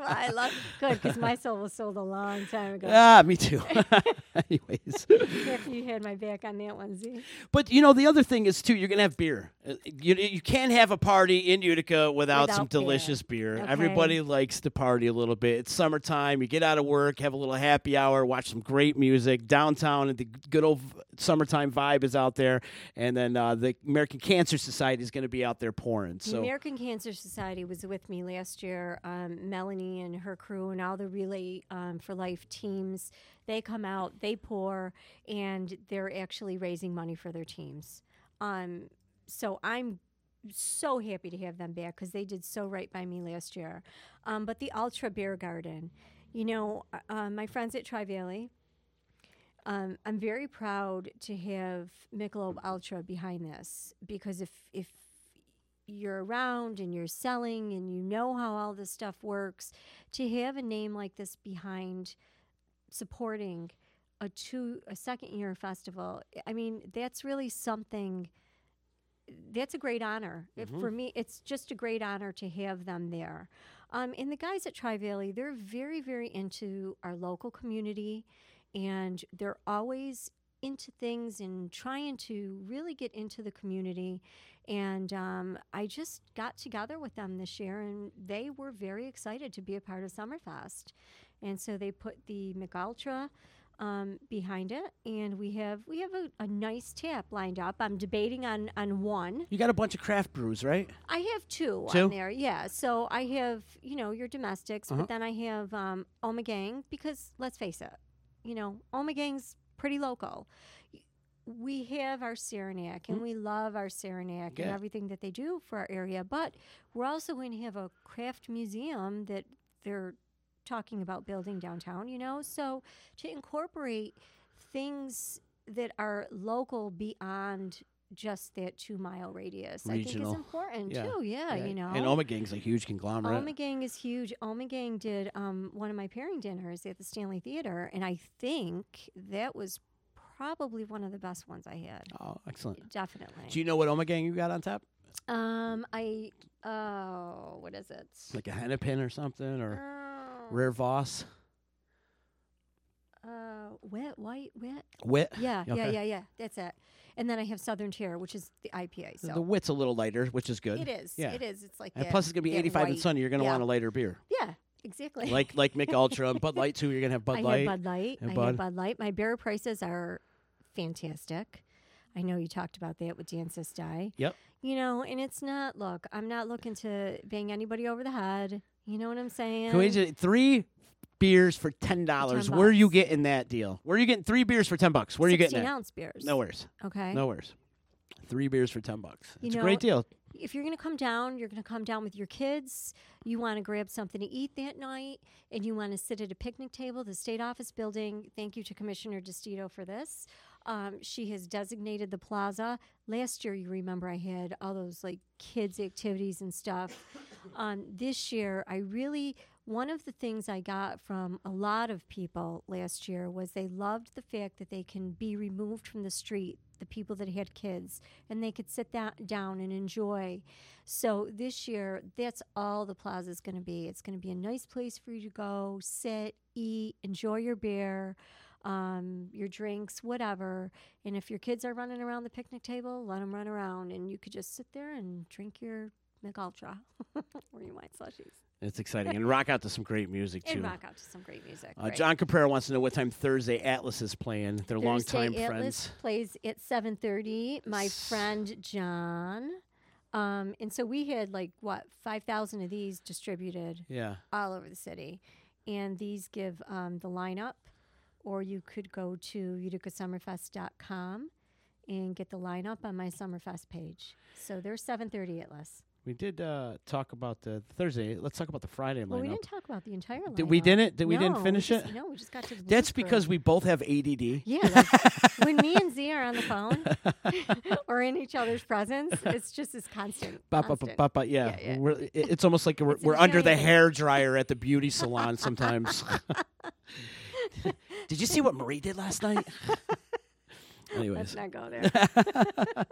S4: I [LAUGHS] love good because my soul was sold a long time ago.
S5: [LAUGHS] ah,
S4: [LAUGHS]
S5: me too. Anyways.
S4: After you had my back on that one, Z.
S5: But you know the other thing is too, you're gonna have beer. Uh, You you can't have a party in Utica without,
S4: Without
S5: some
S4: beer.
S5: delicious beer.
S4: Okay.
S5: Everybody likes to party a little bit. It's summertime. You get out of work, have a little happy hour, watch some great music downtown. and The good old v- summertime vibe is out there, and then uh, the American Cancer Society is gonna be out there pouring.
S4: The
S5: So
S4: American Cancer Society was with me last year. Um, Melanie and her crew and all the Relay um, for Life teams, they come out, they pour, and they're actually raising money for their teams. Um, so I'm so happy to have them back because they did so right by me last year. Um, but the Ultra Beer Garden, you know, uh, uh, my friends at Tri Valley, um, I'm very proud to have Michelob Ultra behind this because if if you're around and you're selling and you know how all this stuff works, to have a name like this behind supporting a two a second year festival, I mean that's really something. That's a great honor It- for
S12: Mhm.
S4: me. It's just a great honor to have them there. Um, and the guys at Tri Valley, they're very very into our local community and they're always into things and trying to really get into the community. And um, I just got together with them this year, and they were very excited to be a part of Summerfest. And so they put the McUltra um, behind it, and we have we have a, a nice tap lined up. I'm debating on on one.
S5: you got a bunch of craft brews, right?
S4: I have two,
S5: Two?
S4: on there. Yeah. So I have, you know, your domestics,
S5: Uh-huh.
S4: but then I have um Omegang because let's face it, you know, Omegang's pretty local. Y- We have our Saranac and
S5: Hmm?
S12: Mhm.
S4: we love our Saranac and
S12: Yeah.
S4: everything that they do for our area, but we're also going to have a craft museum that they're talking about building downtown, you know? So to incorporate things that are local beyond just that two mile radius, I think
S5: Regional.
S4: is important too. Yeah, you know.
S5: And Omegang's a huge conglomerate.
S4: Omegang is huge. Omegang did um, one of my pairing dinners at the Stanley Theater, and I think that was probably one of the best ones I had.
S5: oh, excellent.
S4: Definitely.
S5: Do you know what Omegang you got on top?
S4: Um, I oh, what is it?
S5: It's like a hennepin or something, or rare Voss.
S4: Uh, wet, white, wet.
S5: Wit?
S4: Yeah, yeah,
S5: Okay.
S4: yeah, yeah. That's it. And then I have Southern Tier, which is the IPA. So
S5: The wit's a little lighter, which is good.
S4: It is.
S5: Yeah.
S4: It is. It's like
S5: and
S4: that-
S5: plus it's gonna be
S4: that
S5: 85 and
S4: white.
S5: sunny. You're gonna
S4: Yeah.
S5: want a
S4: [LAUGHS]
S5: lighter beer.
S4: yeah, exactly.
S5: like like Mick Ultra and Bud Light too. You're gonna have
S4: [LAUGHS]
S5: Bud
S4: I
S5: Light.
S4: Have Bud Light.
S5: and
S4: I
S5: Bud.
S4: have Bud Light. My beer prices are fantastic. I know you talked about that with Dan Sistai.
S5: Yep.
S4: You know, and it's not. Look, I'm not looking to bang anybody over the head. You know what I'm saying?
S5: Can we just, three beers for ten dollars? Where are you getting that deal? Where are you getting three beers for ten bucks? Where are you getting
S4: 16
S5: that?
S4: ounce beers.
S5: Nowhere's.
S4: Okay.
S5: Nowhere's. Three beers for ten bucks.
S4: You
S5: it's
S4: know,
S5: a great deal.
S4: If you're going to come down, you're going to come down with your kids. You want to grab something to eat that night, and you want to sit at a picnic table. The state office building. Thank you to Commissioner DeStito for this. Um, she has designated the plaza. Last year, you remember, I had all those like kids activities and stuff. um, this year, I really one of the things I got from a lot of people last year was they loved the fact that they can be removed from the street, the people that had kids, and they could sit that down and enjoy. So this year, that's all the plaza is going to be. It's going to be a nice place for you to go, sit, eat, enjoy your beer. Um, your drinks, whatever. And if your kids are running around the picnic table, let them run around, and you could just sit there and drink your McUltra or your wine slushies.
S5: It's exciting and rock out to some great music too.
S4: And rock out to some great music.
S5: Uh,
S4: right.
S5: John Caprera wants to know what time Thursday Atlas is playing. They're longtime
S4: Thursday
S5: friends.
S4: Atlas plays at seven thirty. My friend John, um, and so we had like what five thousand of these distributed,
S5: Yeah.
S4: all over the city, and these give um, the lineup, or you could go to uticasummerfest.com and get the lineup on my Summerfest page. So they're seven thirty Atlas.
S5: We did uh, talk about the Thursday. Let's talk about the Friday lineup.
S4: Well, we didn't talk about the entire lineup.
S5: Did we didn't? Did we
S4: No,
S5: didn't finish
S4: just-
S5: it?
S4: No, we just got to the.
S5: That's
S4: blues
S5: because
S4: break.
S5: we both have ADD.
S4: Yeah, like when me and Z are on the phone [LAUGHS] or in each other's presence, it's just this constant.
S5: Ba, ba, ba,
S4: constant.
S5: ba, ba, yeah,
S4: yeah.
S5: We're, i- it's almost like we're, we're under the hair dryer at the beauty salon sometimes.
S4: [LAUGHS]
S5: did you see what Marie did last night? [LAUGHS]
S4: Let's
S5: Anyways,
S4: not go there.
S5: [LAUGHS]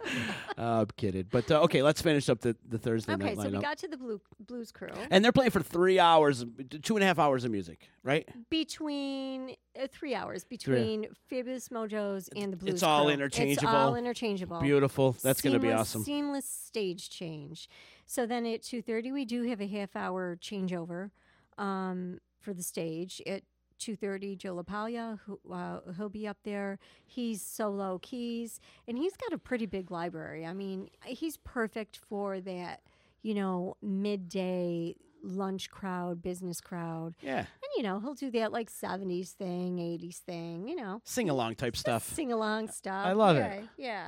S5: Uh, I'm kidding. But uh, okay, let's finish up the, the Thursday
S4: okay,
S5: night
S4: so
S5: lineup.
S4: we got to the blue, blues crew
S5: and they're playing for three hours, two and a half hours of music, right?
S4: between uh, three hours between Fabulous Mojos and the blues.
S5: it's all
S4: Crew.
S5: interchangeable.
S4: It's all interchangeable.
S5: Beautiful. That's gonna be
S4: Seamless-
S5: awesome.
S4: Seamless stage change. So then at two thirty we do have a half hour changeover um, for the stage at. 2.30 joe lapalia who, uh, he'll be up there he's solo keys and he's got a pretty big library i mean he's perfect for that you know midday lunch crowd business crowd
S5: Yeah.
S4: and you know he'll do that like 70s thing 80s thing you know
S5: Sing along type stuff.
S4: sing along stuff
S5: I love it.
S4: yeah, yeah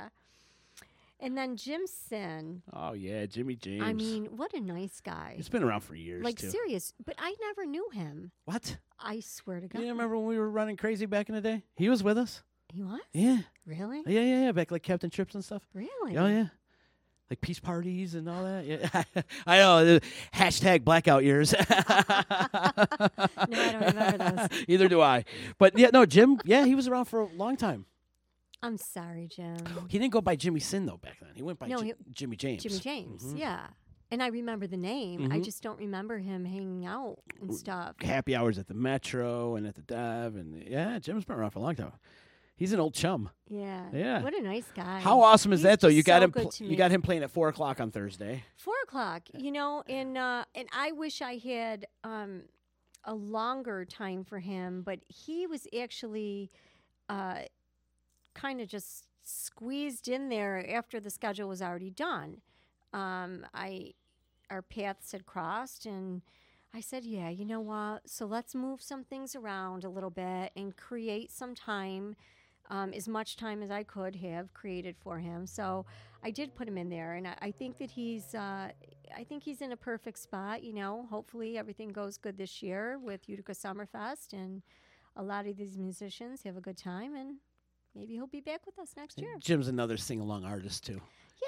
S4: and then jim sin
S5: Oh yeah, Jimmy James.
S4: i mean what a nice guy
S5: it's been around for years.
S4: like
S5: too.
S4: serious but i never knew him
S5: What?
S4: i swear to
S5: You
S4: god
S5: didn't remember when we were running crazy back in the day? He was with us.
S4: he was
S5: Yeah.
S4: really
S5: Yeah, yeah, yeah. Back like Captain Trips and stuff.
S4: really
S5: Oh yeah. Like peace parties and all that. Yeah. [LAUGHS] I know. uh, Hashtag
S4: [LAUGHS]
S5: blackout years. [LAUGHS] no, I
S4: don't remember
S5: those. Either do I. But yeah, no, Jim. Yeah, he was around for a long time.
S4: i'm sorry jim
S5: He didn't go by Jimmy Sin though back then. He went by
S4: No,
S5: Ji-
S4: he-
S5: Jimmy James.
S4: jimmy james
S5: Mhm.
S4: yeah and i remember the name i
S5: Mhm.
S4: just don't remember him hanging out and stuff
S5: Happy hours at the Metro and at the Dev and yeah, Jim's been around for a long time. He's an old chum.
S4: yeah
S5: Yeah.
S4: what a nice guy
S5: How awesome is
S4: He's
S5: that though?
S4: just
S5: You got
S4: so
S5: him.
S4: good
S5: pl-
S4: to
S5: you
S4: me.
S5: got him playing at four o'clock on Thursday.
S4: four o'clock you know and uh and i wish i had um a longer time for him but he was actually uh kind of just squeezed in there after the schedule was already done um i our paths had crossed and i said yeah you know what so let's move some things around a little bit and create some time um, as much time as I could have created for him. So I did put him in there, and I, I think that he's uh, I think he's in a perfect spot. You know, hopefully everything goes good this year with Utica Summerfest, and a lot of these musicians have a good time, and maybe he'll be back with us next year.
S5: Jim's another sing along artist too.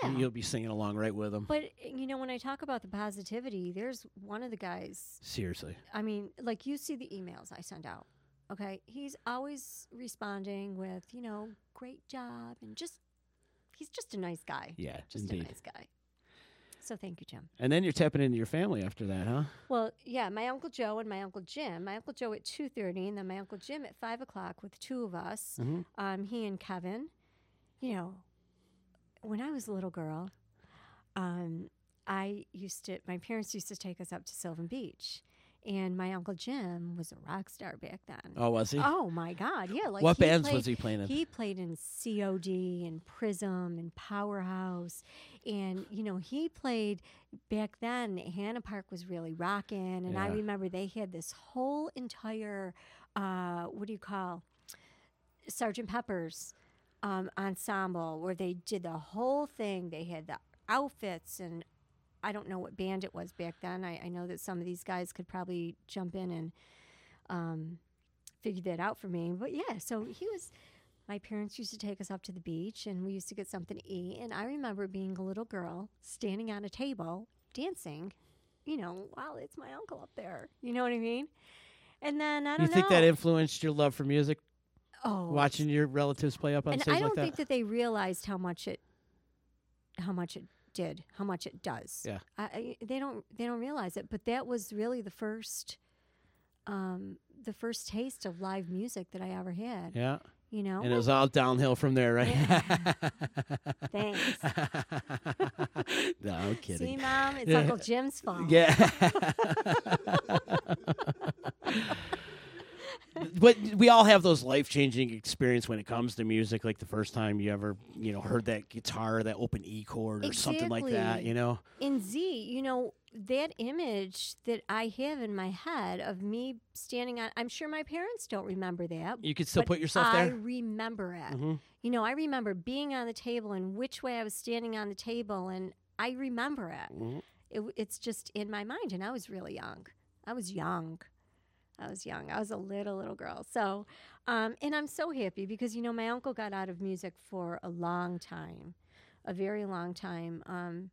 S4: Yeah.
S5: you'll be singing along right with him.
S4: But you know, when I talk about the positivity, there's one of the guys
S5: Seriously,
S4: I mean, like you see the emails I send out. Okay, he's always responding with, you know, great job, and just he's just a nice guy.
S5: Yeah,
S4: just a
S5: indeed.
S4: nice guy. So thank you, Jim.
S5: and then you're tapping into your family after that, huh?
S4: Well, yeah, my uncle Joe and my uncle Jim. My uncle Joe at two thirty, and then my uncle Jim at five o'clock with two of us.
S5: Mhm.
S4: Um, he and Kevin. You know, when I was a little girl, um, I used to. My parents used to take us up to Sylvan Beach, and my uncle Jim was a rock star back then.
S5: Oh, was he?
S4: Oh my God, yeah. Like
S5: What
S4: he
S5: bands
S4: played-
S5: was he playing in?
S4: He played in COD and Prism and Powerhouse, and you know he played back then. Hannah Park was really rocking, and I
S12: Yeah.
S4: remember they had this whole entire uh, what do you call Sergeant Pepper's um, ensemble where they did the whole thing. They had the outfits and I don't know what band it was back then. I, I know that some of these guys could probably jump in and um, figure that out for me. But yeah, so he was. My parents used to take us up to the beach and we used to get something to eat. And I remember being a little girl standing on a table dancing. You know, wow, it's my uncle up there. You know what I mean? And then I
S5: you
S4: don't
S5: think
S4: know.
S5: that influenced your love for music?
S4: Oh.
S5: watching your relatives play up on
S4: and
S5: stage
S4: I don't
S5: like that.
S4: think that they realized how much it, how much it did, how much it does.
S5: Yeah.
S4: I, I, they don't they don't realize it, but that was really the first, um, the first taste of live music that I ever had.
S5: yeah,
S4: You know.
S5: and it was all downhill from there, right? [LAUGHS]
S4: Thanks.
S5: no, I'm kidding.
S4: See, Mom, it's
S5: Yeah.
S4: Uncle Jim's fault.
S5: Yeah.
S4: [LAUGHS]
S5: but we all have those life changing experience when it comes to music, like the first time you ever, you know, heard that guitar, that open E chord, or something like that.
S4: Exactly.
S5: You know,
S4: In Z, you know, that image that I have in my head of me standing on, I'm sure my parents don't remember that.
S5: You could still
S4: Uh, but
S5: put yourself
S4: I
S5: there?
S4: remember it.
S5: Mhm.
S4: You know, I remember being on the table and which way I was standing on the table, and I remember it. it w- it's just in my mind, and I was really young. I was young. I was young. I was a little little girl. So, um, and I'm so happy because you know my uncle got out of music for a long time, a very long time, um,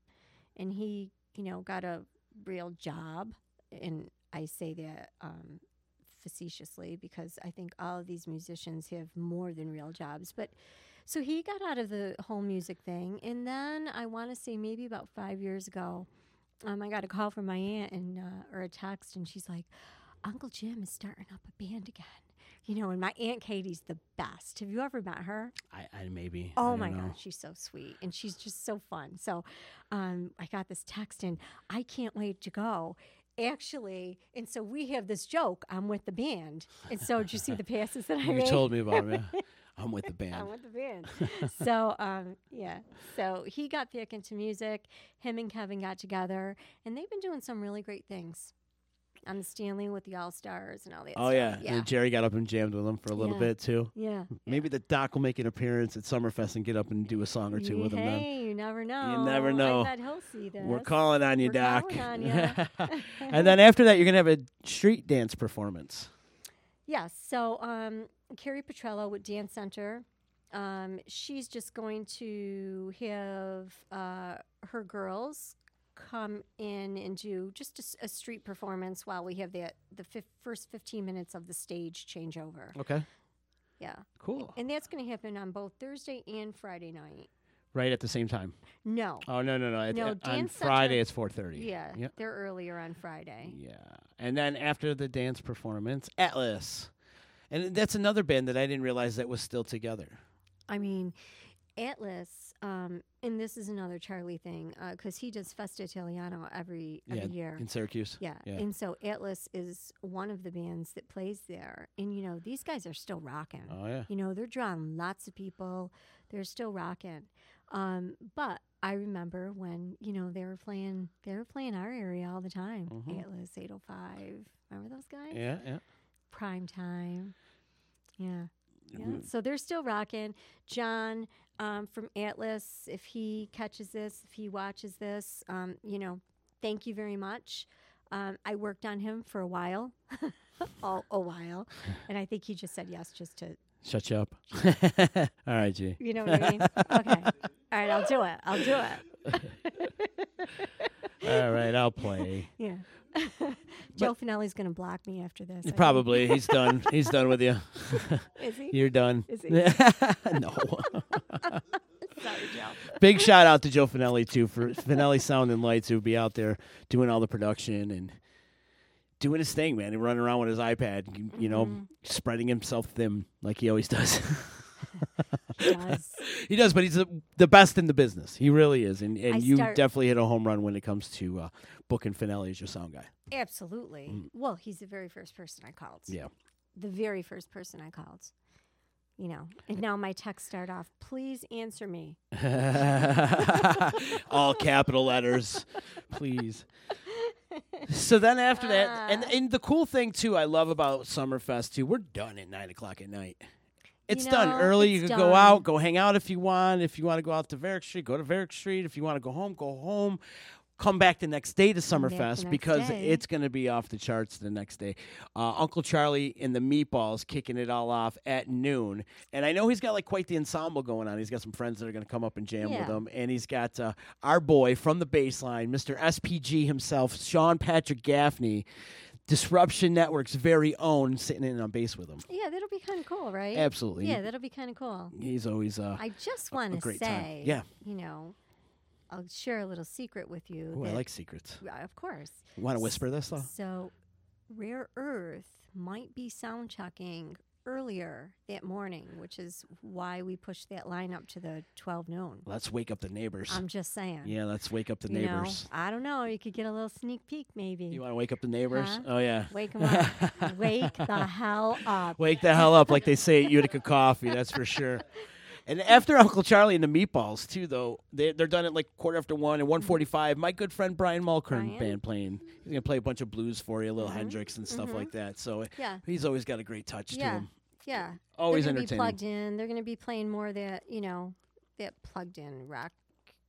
S4: and he you know got a real job, and I say that um, facetiously because I think all of these musicians have more than real jobs, but. So he got out of the whole music thing, and then I want to say maybe about five years ago, um, I got a call from my aunt and uh, or a text, and she's like, "Uncle Jim is starting up a band again." You know, and my aunt Katie's the best. Have you ever met her?
S5: I, I maybe. I
S4: Oh
S5: don't
S4: my
S5: know.
S4: gosh, she's so sweet and she's just so fun. So um, I got this text and I can't wait to go. Actually, and so we have this joke. I'm with the band, and so did you see the passes that I
S5: [LAUGHS] You
S4: made?
S5: told me about it. yeah. I'm with the
S4: [LAUGHS] I'm
S5: band.
S4: with the band. so um, yeah, so he got back into music. Him and Kevin got together, and they've been doing some really great things. I'm Stanley with the All Stars and all that.
S5: Oh
S4: stuff.
S5: yeah.
S4: yeah.
S5: and Jerry got up and jammed with him for a little
S4: Yeah.
S5: bit too.
S4: Yeah.
S5: Maybe the doc will make an appearance at Summerfest and get up and do a song or two with him. Then
S4: Hey, you never know.
S5: you never know.
S4: I bet he'll see this.
S5: We're calling on you,
S4: We're
S5: doc.
S4: calling on ya.
S5: [LAUGHS] and then after that, you're gonna have a street dance performance.
S4: Yes. So um, Carrie Petrello with Dance Center, um, she's just going to have uh, her girls come in and do just a s- a, street performance while we have the the fif- first 15 minutes of the stage changeover.
S5: Okay.
S4: Yeah.
S5: Cool.
S4: And that's going to happen on both Thursday and Friday night.
S5: Right at the same time.
S4: No.
S5: Oh no no no! At-
S4: no,
S5: at- on
S4: Dance Center-
S5: Friday it's 4:30.
S4: Yeah.
S5: Yep.
S4: They're earlier on Friday.
S5: Yeah. And then after the dance performance, Atlas, and that's another band that I didn't realize that was still together.
S4: I mean, Atlas, um, and this is another Charlie thing because he does Festa Italiano every every
S5: Yeah,
S4: year
S5: in Syracuse.
S4: Yeah.
S5: Yeah.
S4: and so Atlas is one of the bands that plays there, and you know these guys are still rocking.
S5: Oh, yeah.
S4: you know they're drawing lots of people. They're still rocking, um, but I remember when you know they were playing they were playing our area all the time.
S5: Mhm.
S4: Atlas eight oh five. Remember those guys?
S5: Yeah, yeah.
S4: Prime time. Yeah. Yeah,
S5: Mm-hmm.
S4: so they're still rocking. John um, from Atlas, if he catches this, if he watches this, um, you know, thank you very much. Um, I worked on him for a while, all, a while, and I think he just said yes just to,
S5: Shut you up. [LAUGHS] All right, G.
S4: you know what I
S5: [LAUGHS]
S4: mean? okay, all right, I'll do it. I'll do it.
S5: All right, I'll play.
S4: yeah. Joe Finelli's gonna block me after this. I think.
S5: Probably he's done. He's done with you.
S4: [LAUGHS] Is he?
S5: You're done.
S4: Is he? [LAUGHS]
S5: [LAUGHS] no.
S4: Sorry, [LAUGHS] Joe.
S5: Big shout out to Joe Finelli too for Finelli Sound and Lights who be out there doing all the production and doing his thing, man, and running around with his iPad, you, you know,
S4: Mm-hmm.
S5: spreading himself thin like he always does.
S4: [LAUGHS] he does.
S5: [LAUGHS] He does, but he's the, the best in the business. He really is, and and
S4: I
S5: you
S4: start-
S5: definitely hit a home run when it comes to uh, booking Finelli as your sound guy.
S4: Absolutely.
S5: Mm.
S4: Well, he's the very first person I called.
S5: Yeah.
S4: The very first person I called. You know, and now my texts start off, please answer me.
S5: [LAUGHS] all capital
S4: [LAUGHS]
S5: letters, please. So then after that,
S4: Ah.
S5: and and the cool thing too, I love about Summerfest too. We're done at nine o'clock at night. It's
S4: know,
S5: done early.
S4: it's
S5: you can go
S4: done.
S5: out, go hang out if you want. If you want to go out to Varick Street, go to Varick Street. If you want to go home, go home. Come back the next day to
S4: back the
S5: Summerfest
S4: next
S5: because
S4: day.
S5: it's going to be off the charts the next day. Uh, Uncle Charlie and the Meatballs kicking it all off at noon. And I know he's got like quite the ensemble going on. He's got some friends that are going to come up and jam with
S4: Yeah.
S5: him. And he's got uh, our boy from the baseline, Mr. SPG himself, Sean Patrick Gaffney, Disruption Network's very own, sitting in on bass with him.
S4: Yeah, that'll be kind of cool, right?
S5: Absolutely.
S4: Yeah, that'll be kind of cool.
S5: He's always. Uh,
S4: I just want to
S5: great time.
S4: say,
S5: Yeah.
S4: you know, I'll share a little secret with you.
S5: Ooh, I
S4: that-
S5: like secrets.
S4: Yeah, Of course.
S5: Want to whisper this though?
S4: So, Rare Earth might be sound checking earlier that morning, which is why we pushed that line up to the 12 noon.
S5: Let's wake up the neighbors.
S4: I'm just saying.
S5: yeah, let's wake up the
S4: You know,
S5: neighbors.
S4: I don't know. You could get a little sneak peek, maybe.
S5: You want to wake up the neighbors?
S4: Huh?
S5: Oh yeah.
S4: Wake 'em
S5: [LAUGHS]
S4: up. Wake the hell up.
S5: Wake the hell up, like they say at Utica Coffee. That's for sure. And after Uncle Charlie and the Meatballs too, though they they're done at like quarter after one and one forty five. My good friend Brian Mulkern
S4: Brian?
S5: band playing. He's gonna play a bunch of blues for you, a little Hendrix and stuff
S4: mhm.
S5: like that. So
S4: Yeah.
S5: he's always got a great touch to
S4: yeah.
S5: him.
S4: Yeah.
S5: Always
S4: They're gonna
S5: entertaining.
S4: Be plugged in. They're going to be playing more of that, you know, that plugged in rock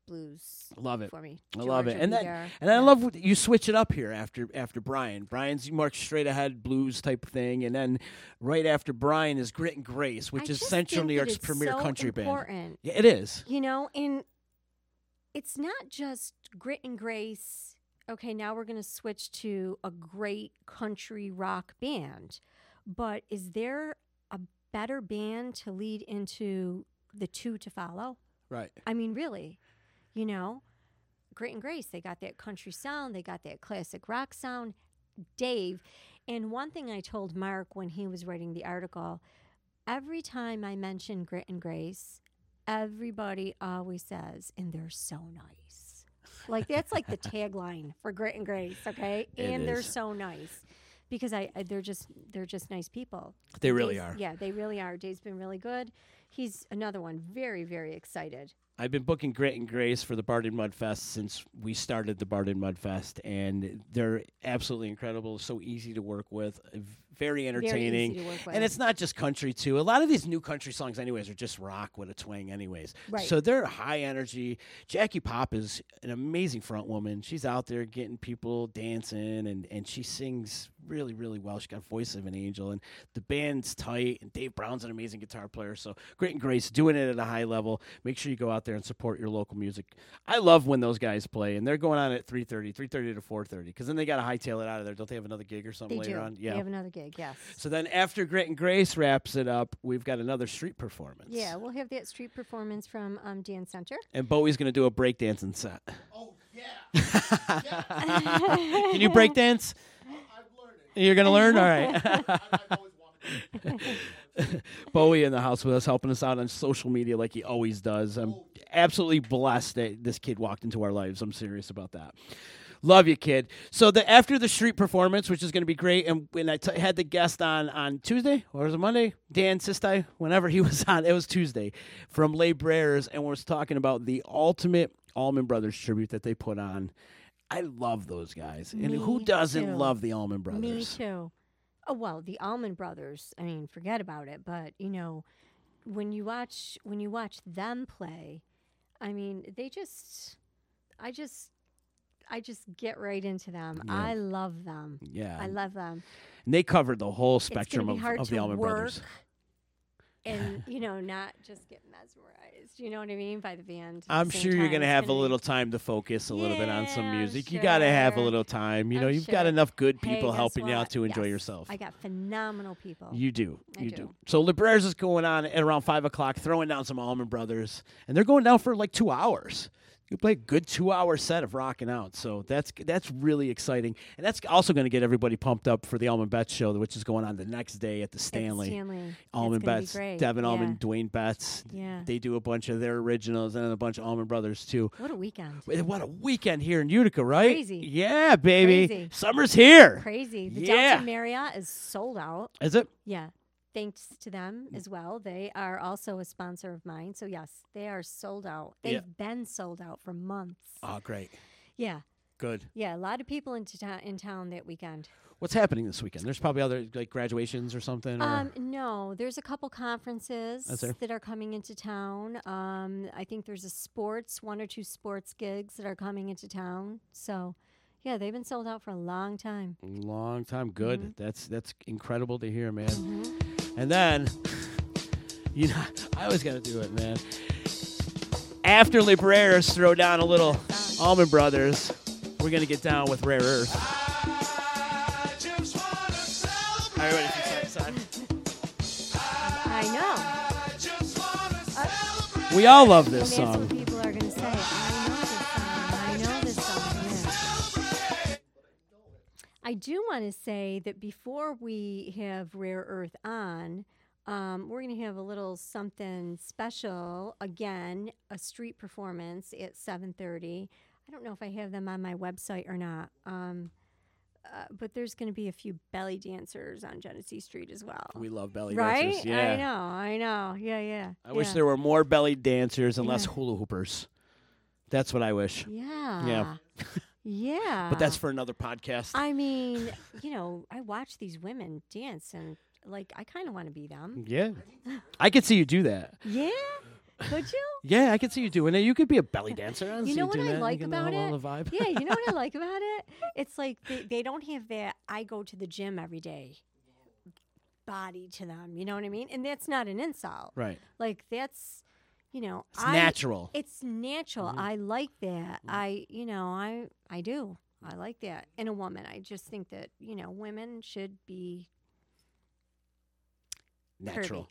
S4: blues.
S5: Love it
S4: For me.
S5: I love
S4: George
S5: it,
S4: will
S5: and
S4: be
S5: that,
S4: there.
S5: and I love what- you switch it up here after after Brian. Brian's you march straight ahead blues type thing, and then right after Brian is Grit and Grace, which
S4: I
S5: is
S4: just
S5: Central
S4: think
S5: New
S4: that
S5: York's
S4: it's
S5: premier
S4: so
S5: country band.
S4: important.
S5: Yeah, it is.
S4: You know, and it's not just grit and grace. Okay, now we're going to switch to a great country rock band. But is there a better band to lead into the two to follow?
S5: Right.
S4: I mean, really, you know, Grit and Grace, they got that country sound, they got that classic rock sound. Dave, and one thing I told Mark when he was writing the article every time I mention Grit and Grace, everybody always says, and they're so nice. Like, that's like the tagline for Grit and Grace, okay?
S5: It
S4: and they're
S5: is.
S4: so nice. Because I, I, they're just, they're just nice people.
S5: They really
S4: Dave's-
S5: are.
S4: Yeah, they really are. Dave's been really good. He's another one, very, very excited.
S5: I've been booking Grit and Grace for the Barton Mud Fest since we started the Barton Mud Fest, and they're absolutely incredible. So easy to work with, very entertaining,
S4: to work
S5: and
S4: with.
S5: it's not just country too. A lot of these new country songs, anyways, are just rock with a twang, anyways.
S4: Right.
S5: So they're high energy. Jackie Pop is an amazing front woman. She's out there getting people dancing, and and she sings really, really well. She's got a voice of an angel, and the band's tight. And Dave Brown's an amazing guitar player. So Grit and Grace doing it at a high level. Make sure you go out there and support your local music. I love when those guys play, and they're going on at 3.30, 3.30 to 4.30, because then they got to hightail it out of there. Don't they have another gig or something
S4: They
S5: later
S4: do.
S5: on?
S4: They have another gig, yes.
S5: So then after Grit and Grace wraps it up, we've got another street performance.
S4: Yeah, we'll have that street performance from um, Dan Center.
S5: And Bowie's going to do a breakdancing set. Oh, yeah. [LAUGHS] Can you breakdance? You're going to learn? All right. [LAUGHS] Bowie in the house with us, helping us out on social media like he always does. I'm absolutely blessed that this kid walked into our lives. I'm serious about that. Love you, kid. So the after the street performance, which is going to be great, and when I t- had the guest on on Tuesday or was it Monday, Dan Sistai, whenever he [LAUGHS] was on, it was Tuesday, from Les Breres, and was talking about the ultimate Allman Brothers tribute that they put on. I love those guys, and who
S4: Me
S5: doesn't
S4: too.
S5: love the Allman Brothers?
S4: Me too. Oh well, the Almond Brothers. I mean, forget about it. But you know, when you watch when you watch them play, I mean, they just, I just, I just get right into them.
S5: Yeah.
S4: I love them.
S5: Yeah.
S4: I love them.
S5: And they covered the whole
S4: It's gonna
S5: spectrum
S4: be
S5: of,
S4: hard
S5: of the
S4: to
S5: Allman Brothers.
S4: work And you know, not just get mesmerized. You know what I mean by the band. at the
S5: I'm
S4: same
S5: sure you're
S4: time.
S5: going to
S4: It's
S5: have a little time to focus a little bit on some music. You got to have a little time. You know, you've got
S4: sure.
S5: enough good
S4: Hey,
S5: people
S4: guess
S5: helping you out
S4: what?
S5: to enjoy
S4: Yes.
S5: yourself.
S4: I got phenomenal people.
S5: You do.
S4: I
S5: you do.
S4: do.
S5: So Libreres is going on at around five o'clock, throwing down some Almond Brothers, and they're going down for like two hours. You play a good two-hour set of rocking out, so that's that's really exciting, and that's also going to get everybody pumped up for the Almond Betts show, which is going on the next day at the Stanley.
S4: Stanley. It's
S5: Almond
S4: gonna be
S5: Betts,
S4: great.
S5: Devin
S4: Yeah.
S5: Almond, Dwayne Betts.
S4: Yeah.
S5: They do a bunch of their originals and then a bunch of Almond Brothers too.
S4: What a weekend!
S5: Wait, What a weekend here in Utica, right?
S4: Crazy.
S5: Yeah, baby.
S4: Crazy.
S5: Summer's here.
S4: Crazy. The
S5: yeah.
S4: Delta Marriott is sold out.
S5: Is it?
S4: Yeah. Thanks to them as well. They are also a sponsor of mine. So yes, they are sold out. They've
S5: Yeah.
S4: been sold out for months.
S5: Oh, great.
S4: Yeah.
S5: Good.
S4: Yeah, a lot of people in, to- in town that weekend.
S5: What's happening this weekend? There's probably other like graduations or something. Or
S4: Um, no, there's a couple conferences
S5: That's fair.
S4: that are coming into town. Um, I think there's a sports, one or two sports gigs that are coming into town. So, yeah, they've been sold out for a long time.
S5: long time. Good.
S4: Mhm.
S5: That's that's incredible to hear, man.
S4: Mm-hmm.
S5: And then, [LAUGHS] you know, [LAUGHS] I always got to do it, man. After Libreras throw down a little Almond Brothers, we're gonna get down with Rare Earth. Everybody from side to side.
S4: I know.
S5: We all love this
S4: and That's
S5: song.
S4: what people are going to say. I know this song. I know this song. Yeah. I do want to say that before we have Rare Earth on, um, we're going to have a little something special again, a street performance at 7:30. I don't know if I have them on my website or not. Um, uh, but there's going to be a few belly dancers on Genesee Street as well.
S5: We love belly
S4: right?
S5: dancers, yeah.
S4: I know, I know. Yeah, yeah.
S5: I wish
S4: yeah.
S5: there were more belly dancers and less
S4: Yeah.
S5: hula hoopers. That's what I wish.
S4: Yeah.
S5: Yeah.
S4: Yeah.
S5: But that's for another podcast.
S4: I mean, you know, I watch these women dance and like I kind of want to be them.
S5: Yeah. I could see you do that.
S4: Yeah. Could
S5: [LAUGHS]
S4: you?
S5: Yeah, I could see you doing it. You could be a
S4: [LAUGHS]
S5: belly dancer. I
S4: you know what
S5: doing
S4: I
S5: that. You
S4: like
S5: can
S4: about
S5: hold
S4: it?
S5: on The vibe.
S4: yeah, you know
S5: [LAUGHS]
S4: what I like about it? It's like they, they don't have that I go to the gym every day body to them. You know what I mean? And that's not an insult.
S5: Right.
S4: Like that's you know,
S5: It's natural.
S4: It's natural. I like that. I you know, I I do. I like that in a woman. I just think that, you know, women should be
S5: Natural.
S4: Curvy,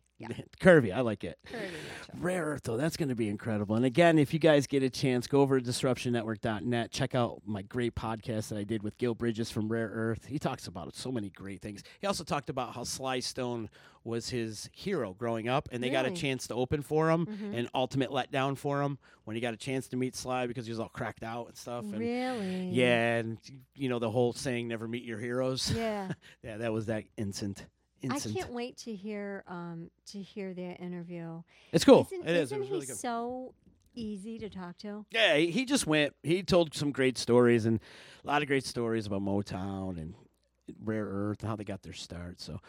S5: [LAUGHS] Curvy, I like it.
S4: Curvy,
S5: Rare Earth, though, that's going to be incredible. And again, if you guys get a chance, go over to disruptionnetwork.net. Check out my great podcast that I did with Gil Bridges from Rare Earth. He talks about so many great things. He also talked about how Sly Stone was his hero growing up, and they got a
S12: Really?
S5: chance to open for him,
S4: Mm-hmm.
S12: Mhm.
S5: and ultimate letdown for him when he got a chance to meet Sly because he was all cracked out and stuff. And
S4: Really?
S5: Yeah, and you know the whole saying, "Never meet your heroes."
S4: Yeah.
S5: [LAUGHS] yeah, that was that instant.
S4: I
S5: Instant.
S4: can't wait to hear um to hear their interview.
S5: It's cool.
S4: Isn't,
S5: It is.
S4: isn't
S5: It was
S4: he
S5: really good.
S4: so easy to talk to?
S5: Yeah, he he just went. He told some great stories and a lot of great stories about Motown and Rare Earth and how they got their start. So,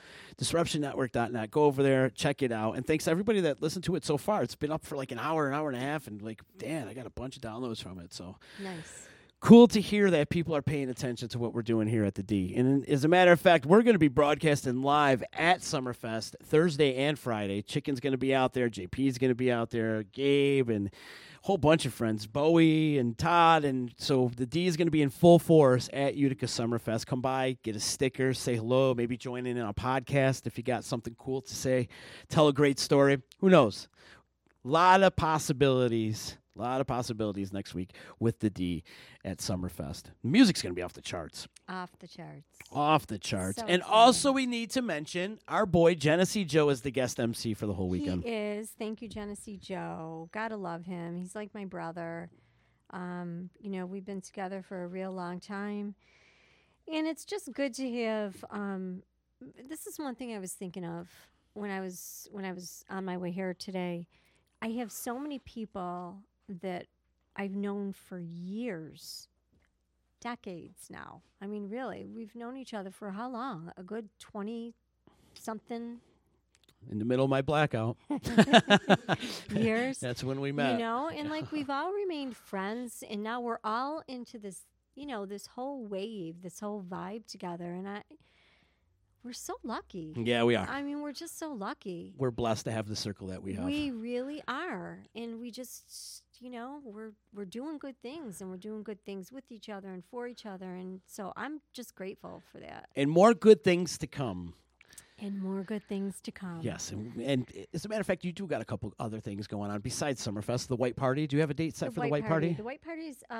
S5: disruptionnetwork.net. Go over there, check it out. And thanks to everybody that listened to it so far. It's been up for like an hour, an hour and a half. And like, Dan, I got a bunch of downloads from it. So,
S4: Nice.
S5: cool to hear that people are paying attention to what we're doing here at the D. And as a matter of fact, we're going to be broadcasting live at Summerfest Thursday and Friday. Chicken's going to be out there, JP's going to be out there, Gabe and a whole bunch of friends, Bowie and Todd. And so the D is going to be in full force at Utica Summerfest. Come by, get a sticker, say hello, maybe join in on a podcast if you got something cool to say, tell a great story. Who knows? lot of possibilities. A lot of possibilities next week with the D at Summerfest. Music's going to be off the charts.
S4: Off the charts.
S5: Off the charts.
S4: So
S5: and
S4: exciting.
S5: also, we need to mention our boy Genesee Joe is the guest MC for the whole weekend.
S4: He is. Thank you, Genesee Joe. Gotta love him. He's like my brother. Um, you know, we've been together for a real long time. And it's just good to have um this is one thing I was thinking of when I was when I was on my way here today. I have so many people that I've known for years decades now. I mean, really, we've known each other for how long? A good 20 something
S5: in the middle of
S4: [LAUGHS]
S5: my blackout.
S4: years.
S5: [LAUGHS] That's when we met.
S4: You know, and like we've all remained friends, and now we're all into this, you know, this whole wave, this whole vibe together, and I. We're so lucky.
S5: Yeah, we are.
S4: I mean, we're just so lucky.
S5: We're blessed to have the circle that we have.
S4: We really are, and we just, you know, we're we're doing good things, and we're doing good things with each other and for each other, and so I'm just grateful for that.
S5: and more good things to come.
S4: And more good things to come.
S5: Yes, and, and i- as a matter of fact, you do got a couple other things going on besides Summerfest, the White Party. Do you have a date set for the White Party?
S4: The white party is, uh,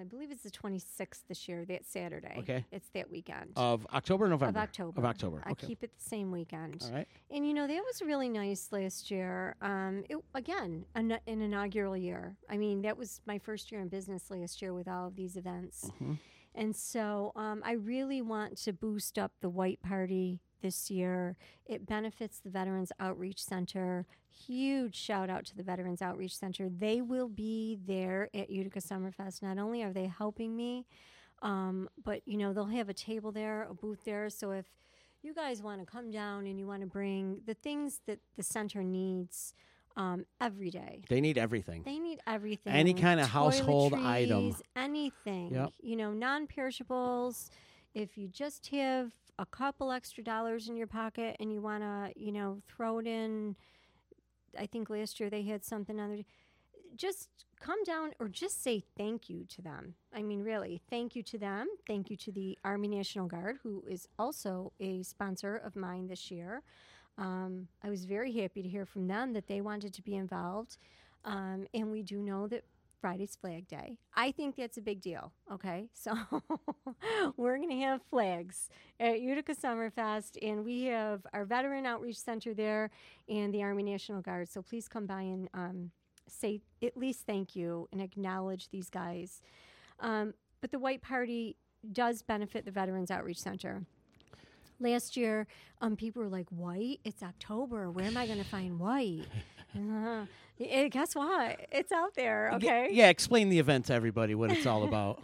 S4: I believe, it's the 26th this year. That Saturday.
S5: Okay.
S4: It's that weekend.
S5: Of October or November?
S4: Of October.
S5: Of October.
S4: I
S5: okay.
S4: keep it the same weekend.
S5: All right.
S4: And you know that was really nice last year. Um, it, again, an, an inaugural year. I mean, that was my first year in business last year with all of these events.
S12: Mhm.
S4: And so um, I really want to boost up the White Party this year. It benefits the Veterans Outreach Center. Huge shout out to the Veterans Outreach Center. They will be there at Utica Summerfest. Not only are they helping me, um, but you know they'll have a table there, a booth there. So if you guys want to come down and you want to bring the things that the center needs um, every day,
S5: They need everything.
S4: they need everything.
S5: Any kinda household item.
S4: Toiletries, Anything.
S5: Yep.
S4: You know, non perishables. If you just have a couple extra dollars in your pocket and you want to, you know, throw it in, I think last year they had something other. Just come down or just say thank you to them. I mean, really, thank you to them. Thank you to the Army National Guard, who is also a sponsor of mine this year. Um, I was very happy to hear from them that they wanted to be involved. Um, and we do know that Friday's Flag Day. I think that's a big deal. Okay. [LAUGHS] So we're going to have flags at Utica Summerfest, and we have our Veteran Outreach Center there and the Army National Guard. So please come by and um, say at least thank you and acknowledge these guys. Um, but the White Party does benefit the Veterans Outreach Center last year um, people were like white it's october where am i going to find white [LAUGHS] uh, eh, guess what it's out there
S5: Ye-
S4: okay
S5: Yeah, explain the event to everybody, what it's
S4: [LAUGHS]
S5: all about.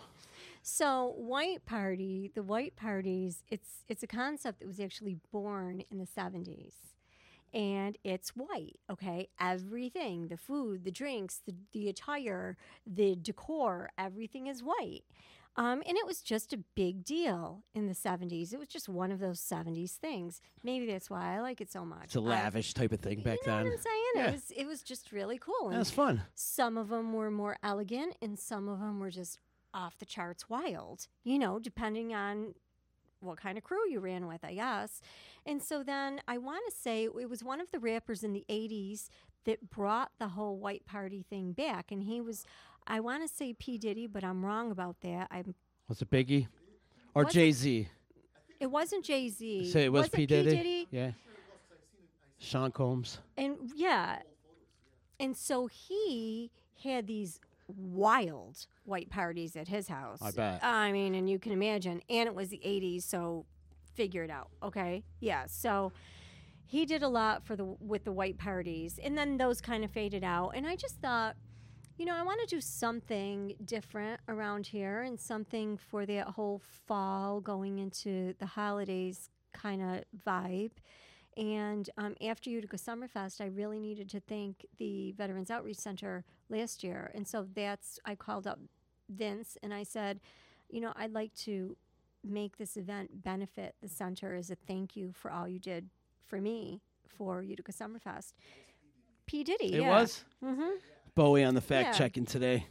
S4: so white party the white parties it's it's a concept that was actually born in the 70s and it's white okay everything the food the drinks the, the attire the decor everything is white um, and it was just a big deal in the 70s it was just one of those 70s things maybe that's why i like it so much
S5: It's a
S4: I-
S5: lavish type of thing back
S4: you know
S5: then.
S4: what I'm saying?
S5: Yeah.
S4: It was it was just really cool.
S5: That
S4: and
S5: was fun.
S4: Some of them were more elegant, and some of them were just off the charts wild. You know, depending on what kind of crew you ran with, I guess. And so then I want to say it was one of the rappers in the '80s that brought the whole white party thing back, and he was. I want to say P Diddy, but I'm wrong about that. I'm.
S5: Was it Biggie? Or
S4: Was it-
S5: Jay Z?
S4: It wasn't Jay Z.
S5: So it was, P. Diddy?
S4: P Diddy.
S5: Yeah. Sean Combs.
S4: And yeah. And so he had these wild white parties at his house.
S5: I bet.
S4: I mean, and you can imagine. And it was the 80s, so figure it out. Okay. Yeah. So he did a lot for the with the white parties. And then those kind of faded out. And I just thought, you know, I
S5: [LAUGHS]
S4: want to do something different around here and something for that whole fall going into the holidays kind of vibe. And um, after Utica Summerfest, I really needed to thank the Veterans Outreach Center last year. And so that's, I called up Vince and I said, you know, I'd like to make this event benefit the center as a thank you for all you did for me for Utica Summerfest. P. Diddy.
S5: It
S4: yeah.
S5: was?
S4: hmm
S5: Bowie on the fact
S4: Yeah.
S5: checking today.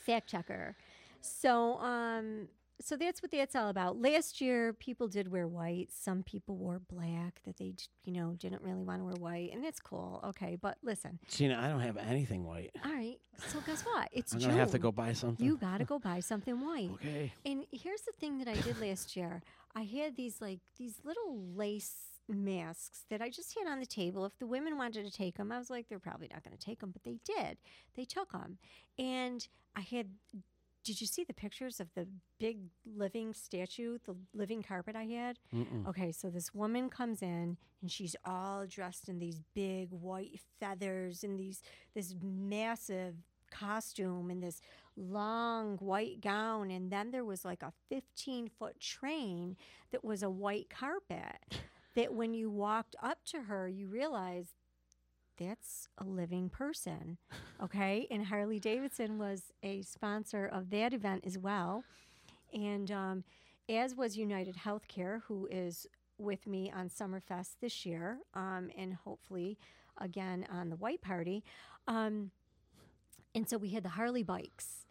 S4: fact checker. So, um, so that's what that's all about. Last year, people did wear white. Some people wore black that they, d- you know, didn't really want to wear white, and that's cool. Okay, but listen,
S5: Gina, I don't have anything white.
S4: all right. So guess what? It's
S5: I'm
S4: June.
S5: gonna have to go buy something.
S4: You gotta go buy something white.
S5: Okay.
S4: And here's the thing that I did last year. I had these like these little lace masks that I just had on the table. If the women wanted to take them, I was like, they're probably not gonna take them, but they did. They took them, and I had. Did you see the pictures of the big living statue, the living carpet I had?
S12: Mm-mm.
S4: Okay, so this woman comes in and she's all dressed in these big white feathers and these this massive costume and this long white gown, and then there was like a 15 foot train that was a white carpet. that when you walked up to her, you realized that's a living person. Okay. and Harley Davidson was a sponsor of that event as well. And um, as was United Healthcare, who is with me on Summerfest this year, um, and hopefully again on the White Party. Um, and so we had the Harley bikes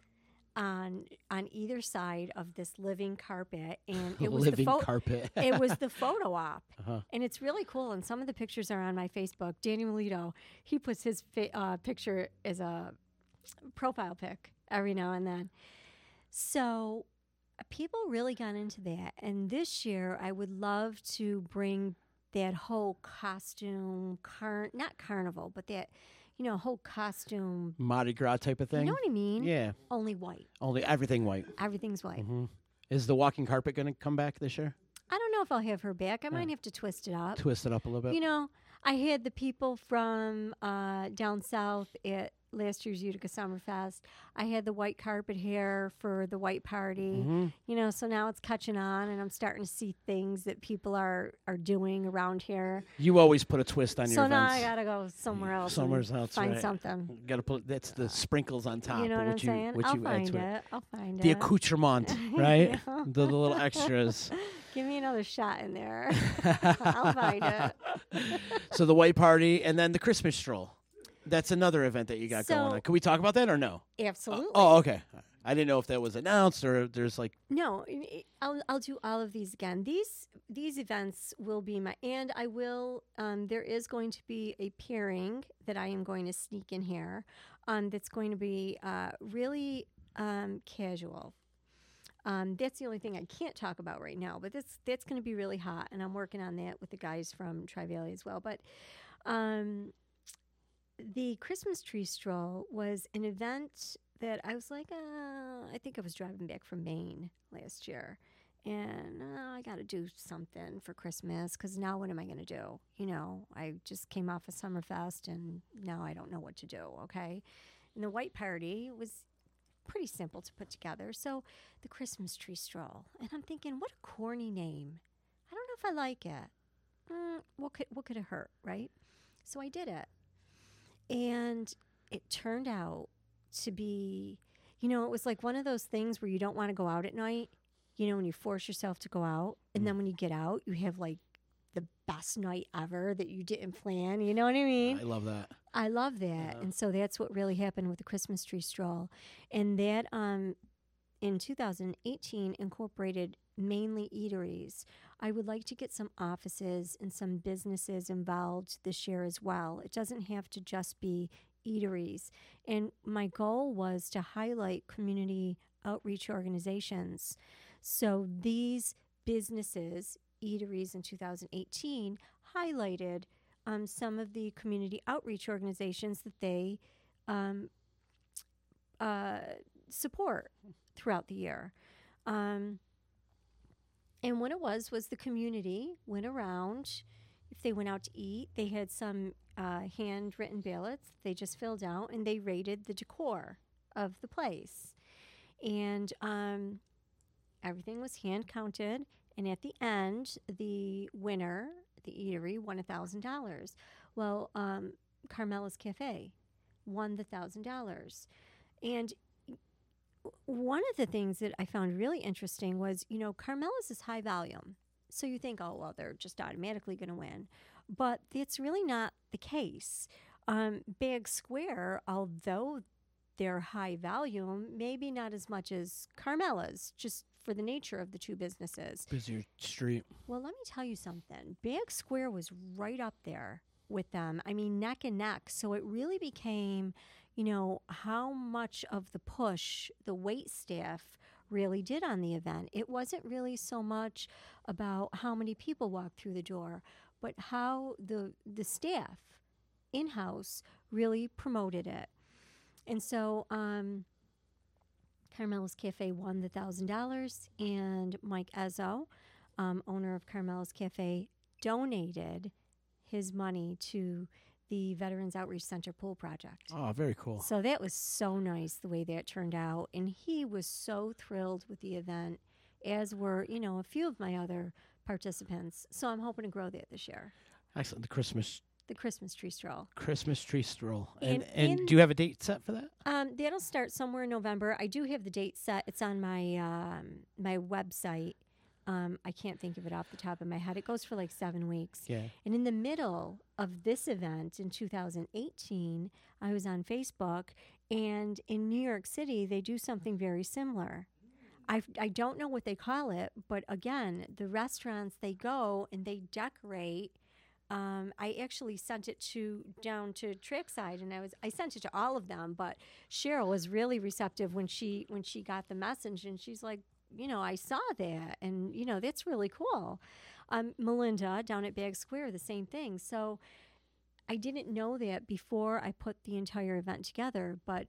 S4: on on either side of this living carpet, and it was
S5: Living
S4: the pho-
S5: carpet.
S4: it was the photo op,
S5: Uh-huh.
S4: and it's really cool. And some of the pictures are on my Facebook. Danny Melito, he puts his fa- uh, picture as a profile pic every now and then. So uh, people really got into that. And this year, I would love to bring that whole costume, car- not carnival, but that, you know, whole costume.
S5: [LAUGHS] Mardi Gras type of thing.
S4: You know what I mean?
S5: Yeah.
S4: Only white.
S5: Only everything white.
S4: Everything's white.
S5: Mhm. Is the walking carpet going to come back this year?
S4: I don't know if I'll have her back. I might have to twist it up.
S5: Twist it up a little bit.
S4: You know, I had the people from uh, down south at last year's Utica Summerfest. I had the white carpet here for the white party.
S5: Mm-hmm.
S12: Mhm.
S4: You know, so now it's catching on, and I'm starting to see things that people are are doing around here.
S5: You always put a twist on
S4: so
S5: your
S4: now
S5: events.
S4: I gotta go somewhere else. and
S5: Somewhere else,
S4: Find
S5: right.
S4: something. Uh,
S5: Got to put that's the sprinkles on top.
S4: you know what
S5: of
S4: I'm
S5: what you,
S4: saying?
S5: What
S4: I'll
S5: you add
S4: find
S5: to
S4: it.
S5: it.
S4: I'll find
S5: The
S4: it. [LAUGHS]
S5: accoutrement, right?
S4: Yeah.
S5: The little extras.
S4: [LAUGHS] Give me another shot in
S5: [LAUGHS]
S4: there. I'll find it.
S5: so the white party, and then the Christmas stroll. That's another event that you got going
S4: So-
S5: on. Can we talk about that or no?
S4: Absolutely.
S5: Oh, okay. I didn't know if that was announced or if there's like
S4: No, i- i- I'll I'll do all of these again. These these events will be my and I will. Um, there is going to be a pairing that I am going to sneak in here. Um, that's going to be uh, really um, casual. Um, that's the only thing I can't talk about right now, but that's that's going to be really hot, and I'm working on that with the guys from Tri Valley as well. But um, the Christmas tree stroll was an event that I was like, uh, I think I was driving back from Maine last year, and uh, I got to do something for Christmas because now what am I going to do? You know, I just came off a of Summerfest, and now I don't know what to do. Okay, and the white party was pretty simple to put together. So the Christmas tree stroll, and I'm thinking, what a corny name. I don't know if I like it. Mm, what could what could it hurt, right? So I did it, and it turned out to be, you know, it was like one of those things where you don't want to go out at night. You know, when you force yourself to go out, and then when you get out, you have like the best night ever that you didn't plan. You know what I mean?
S5: I love that.
S4: I love that. And so that's what really happened with the Christmas tree stroll. And that um in 2018 incorporated mainly eateries. I would like to get some offices and some businesses involved this year as well. It doesn't have to just be eateries. And my goal was to highlight community outreach organizations. So these businesses, eateries in 2018, highlighted um, some of the community outreach organizations that they um, uh, support throughout the year. Um, and what it was was the community went around. If they went out to eat, they had some uh, handwritten ballots they just filled out and they rated the decor of the place. And um, everything was hand counted. And at the end, the winner, the eatery, won $1,000. Well, um, Carmela's Cafe won the $1,000. And one of the things that I found really interesting was, you know, Carmela's is high volume. So you think, oh, well, they're just automatically going to win. But it's really not the case. Um, Bag Square, although they're high volume, maybe not as much as Carmela's, just for the nature of the two businesses.
S5: busier street.
S4: Well, let me tell you something. Big Square was right up there with them. I mean, neck and neck. So it really became, you know, how much of the push the wait staff really did on the event. It wasn't really so much about how many people walked through the door, but how the the staff in house really promoted it. And so, um, Carmela's Cafe won the thousand dollars, and Mike Ezzo, um, owner of Carmela's Cafe, donated his money to the Veterans Outreach Center pool project.
S5: Oh, very cool.
S4: So that was so nice the way that turned out. And he was so thrilled with the event, as were, you know, a few of my other participants. So I'm hoping to grow that this year.
S5: Excellent. The Christmas
S4: The Christmas tree stroll.
S5: Christmas tree stroll. And
S4: And
S5: and
S4: in-
S5: do you have a date set for that?
S4: Um, that'll start somewhere in November. I do have the date set. It's on my um, my website. Um, I can't think of it off the top of my head. It goes for like seven weeks.
S12: Yeah.
S4: And in the middle of this event in 2018, I was on Facebook, and in New York City, they do something very similar. I, I don't know what they call it, but again, the restaurants they go and they decorate. Um, I actually sent it to down to Trackside, and I was I sent it to all of them. But Cheryl was really receptive when she when she got the message, and she's like, you know, I saw that, and you know, that's really cool. Um, Melinda down at Bag Square, the same thing. So I didn't know that before I put the entire event together, but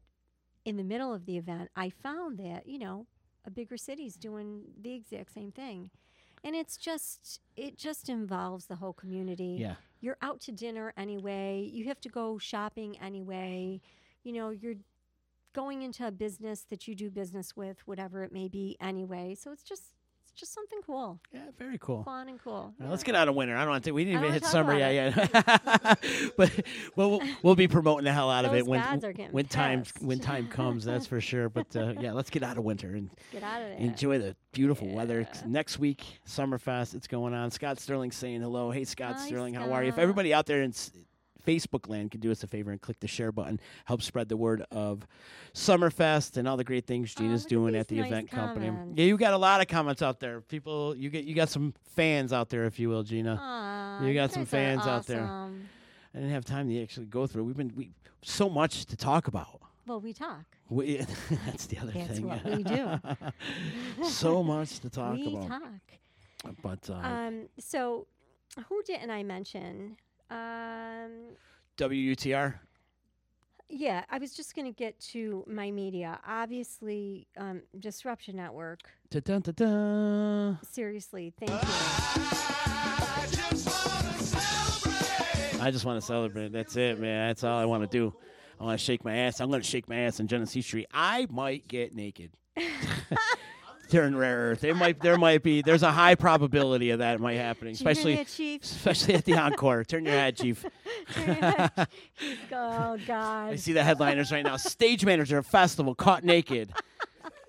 S4: in the middle of the event, I found that, you know, a bigger city's doing the exact same thing. And it's just it just involves the whole community.
S12: Yeah.
S4: You're out to dinner anyway, you have to go shopping anyway. You know, you're going into a business that you do business with, whatever it may be anyway. So it's just it's just something cool.
S5: Yeah, very cool.
S4: Fun and cool.
S5: Now, let's get out of winter. I don't want to. We
S4: I
S5: didn't even
S4: wanna
S5: hit
S4: talk
S5: summer
S4: about
S5: yet.
S4: [LAUGHS]
S5: yet. [LAUGHS] but well, we'll, we'll be promoting the hell out of
S4: Those
S5: it when
S4: guys are getting
S5: when time when time comes. That's for sure. But uh, yeah, let's get out of winter and
S4: Get out of there.
S5: enjoy the beautiful weather. 'Cause Next week, Summerfest, it's going on. Scott Sterling saying hello. Hey, Scott
S4: Hi,
S5: Sterling, how are you? If everybody out there in s- Facebook land could do us a favor and click the share button, help spread the word of Summerfest and all the great
S4: Oh,
S5: things Gina's doing at the
S4: nice
S5: event company.
S4: comments.
S5: Yeah, you got a lot of comments out there. People, you get you got some fans out there, if you will, Gina.
S4: Aw,
S5: you got some
S4: guys are
S5: fans out there.
S4: awesome.
S5: I didn't have time to actually go through. We've been we so much to talk about.
S4: Well, we talk.
S5: We, [LAUGHS] that's the other
S4: That's
S5: thing.
S4: what we do.
S5: [LAUGHS] so much to talk
S4: we
S5: about.
S4: talk.
S5: But uh,
S4: Um, so, who didn't I mention? Um,
S5: WUTR.
S4: yeah, I was just going to get to my media. Obviously, um, Disruption Network.
S5: Da-dun-da-dun.
S4: Seriously, thank you.
S5: I just want to celebrate. That's it, man. That's all I want to do. I want to shake my ass. I'm going to shake my ass on Genesee Street. I might get
S4: [LAUGHS]
S5: naked. Turn rare earth. It might. There might be. There's a high probability of that might happening,
S4: Turn your
S5: especially
S4: head, chief.
S5: especially at the encore. Turn your
S4: [LAUGHS]
S5: head, chief.
S4: Oh God.
S5: I see the headliners right now. Stage manager of festival caught naked.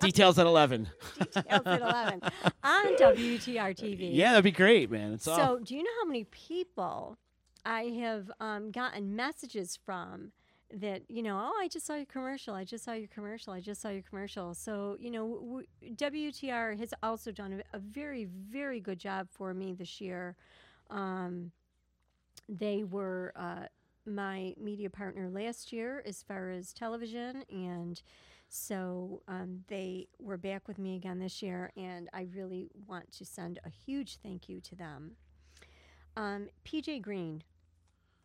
S5: Details at eleven.
S4: Details at
S5: [LAUGHS]
S4: eleven on WTR TV.
S5: Yeah, that'd be great, man. It's
S4: so,
S5: all
S4: do you know how many people I have um, gotten messages from that, you know, oh, I just saw your commercial. I just saw your commercial. I just saw your commercial. So, you know, w- w- WTR has also done a, a very, very good job for me this year. Um, they were uh, my media partner last year as far as television and so um, they were back with me again this year and i really want to send a huge thank you to them um, pj green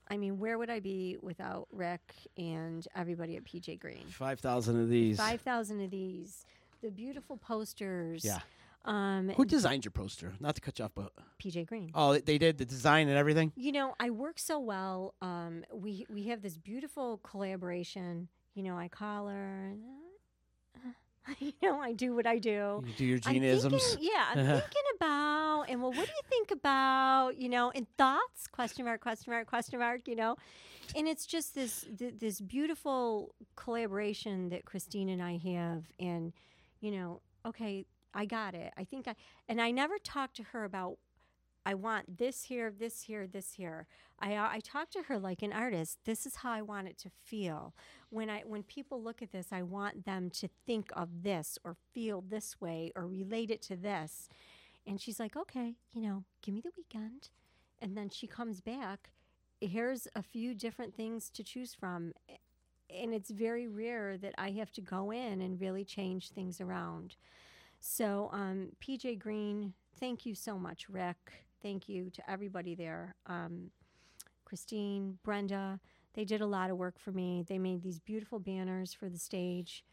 S4: i mean where would i be without rick and everybody at pj green
S5: five thousand of these.
S4: 5000 of these the beautiful posters
S5: Yeah.
S4: um,
S5: Who designed your poster? Not to cut you off, but
S4: pj green
S5: oh, they- they did the design and everything.
S4: You know, I work so well. Um, we we have this beautiful collaboration. You know, I call her. And, uh, you know, I do what I do.
S5: You do your
S4: I'm
S5: Gene-isms.
S4: thinking- yeah,
S5: [LAUGHS]
S4: I'm thinking about, and well, what do you think about? You know, and thoughts? Question mark? Question mark? Question mark? You know, and it's just this th- this beautiful collaboration that Christine and I have, and you know, okay, I got it. I think I, and I never talked to her about I want this here, this here, this here. I uh, I talk to her like an artist. This is how I want it to feel. When I when people look at this, I want them to think of this or feel this way or relate it to this. And she's like, "Okay, you know, give me the weekend." And then she comes back, here's a few different things to choose from. And it's very rare that I have to go in and really change things around. So, um, PJ Green, thank you so much, Rick. Thank you to everybody there. Um, Christine, Brenda, they did a lot of work for me. They made these beautiful banners for the stage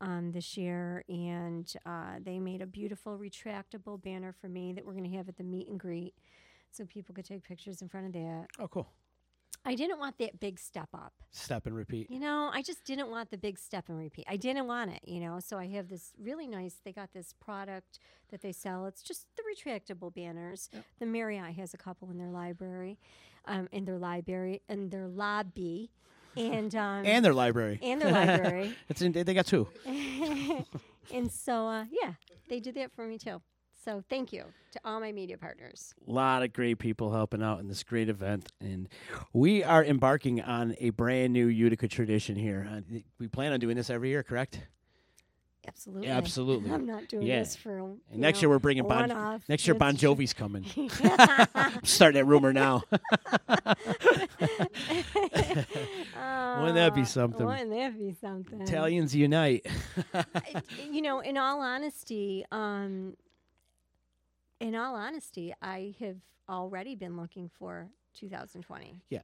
S4: um, this year, and uh, they made a beautiful retractable banner for me that we're going to have at the meet and greet so people could take pictures in front of that.
S5: Oh, cool.
S4: I didn't want that big step up.
S5: Step and repeat.
S4: You know, I just didn't want the big step and repeat. I didn't want it, you know. So I have this really nice, they got this product that they sell. It's just the retractable banners. The Marriott has a couple in their library, um, in their library, in their lobby. And um,
S5: and their library.
S4: [LAUGHS] And their library.
S5: [LAUGHS] it's in, they got two.
S4: [LAUGHS] and so, uh, yeah, they did that for me too. So thank you to all my media partners.
S5: A lot of great people helping out in this great event, and we are embarking on a brand new Utica tradition here. Uh, th- We plan on doing this every year, correct?
S4: Absolutely.
S5: Absolutely.
S4: I'm not doing
S5: Yeah.
S4: this for. you
S5: And next
S4: know,
S5: year we're bringing
S4: a
S5: Bon.
S4: one-off.
S5: Next year
S4: It's
S5: Bon
S4: ju- [LAUGHS]
S5: Jovi's coming. [LAUGHS] I'm starting that rumor now. [LAUGHS] Wouldn't that be
S4: Uh,
S5: something?
S4: Wouldn't that be something?
S5: Italians unite.
S4: you know, in all honesty, um, in all honesty, I have already been looking for 2020.
S5: Yeah.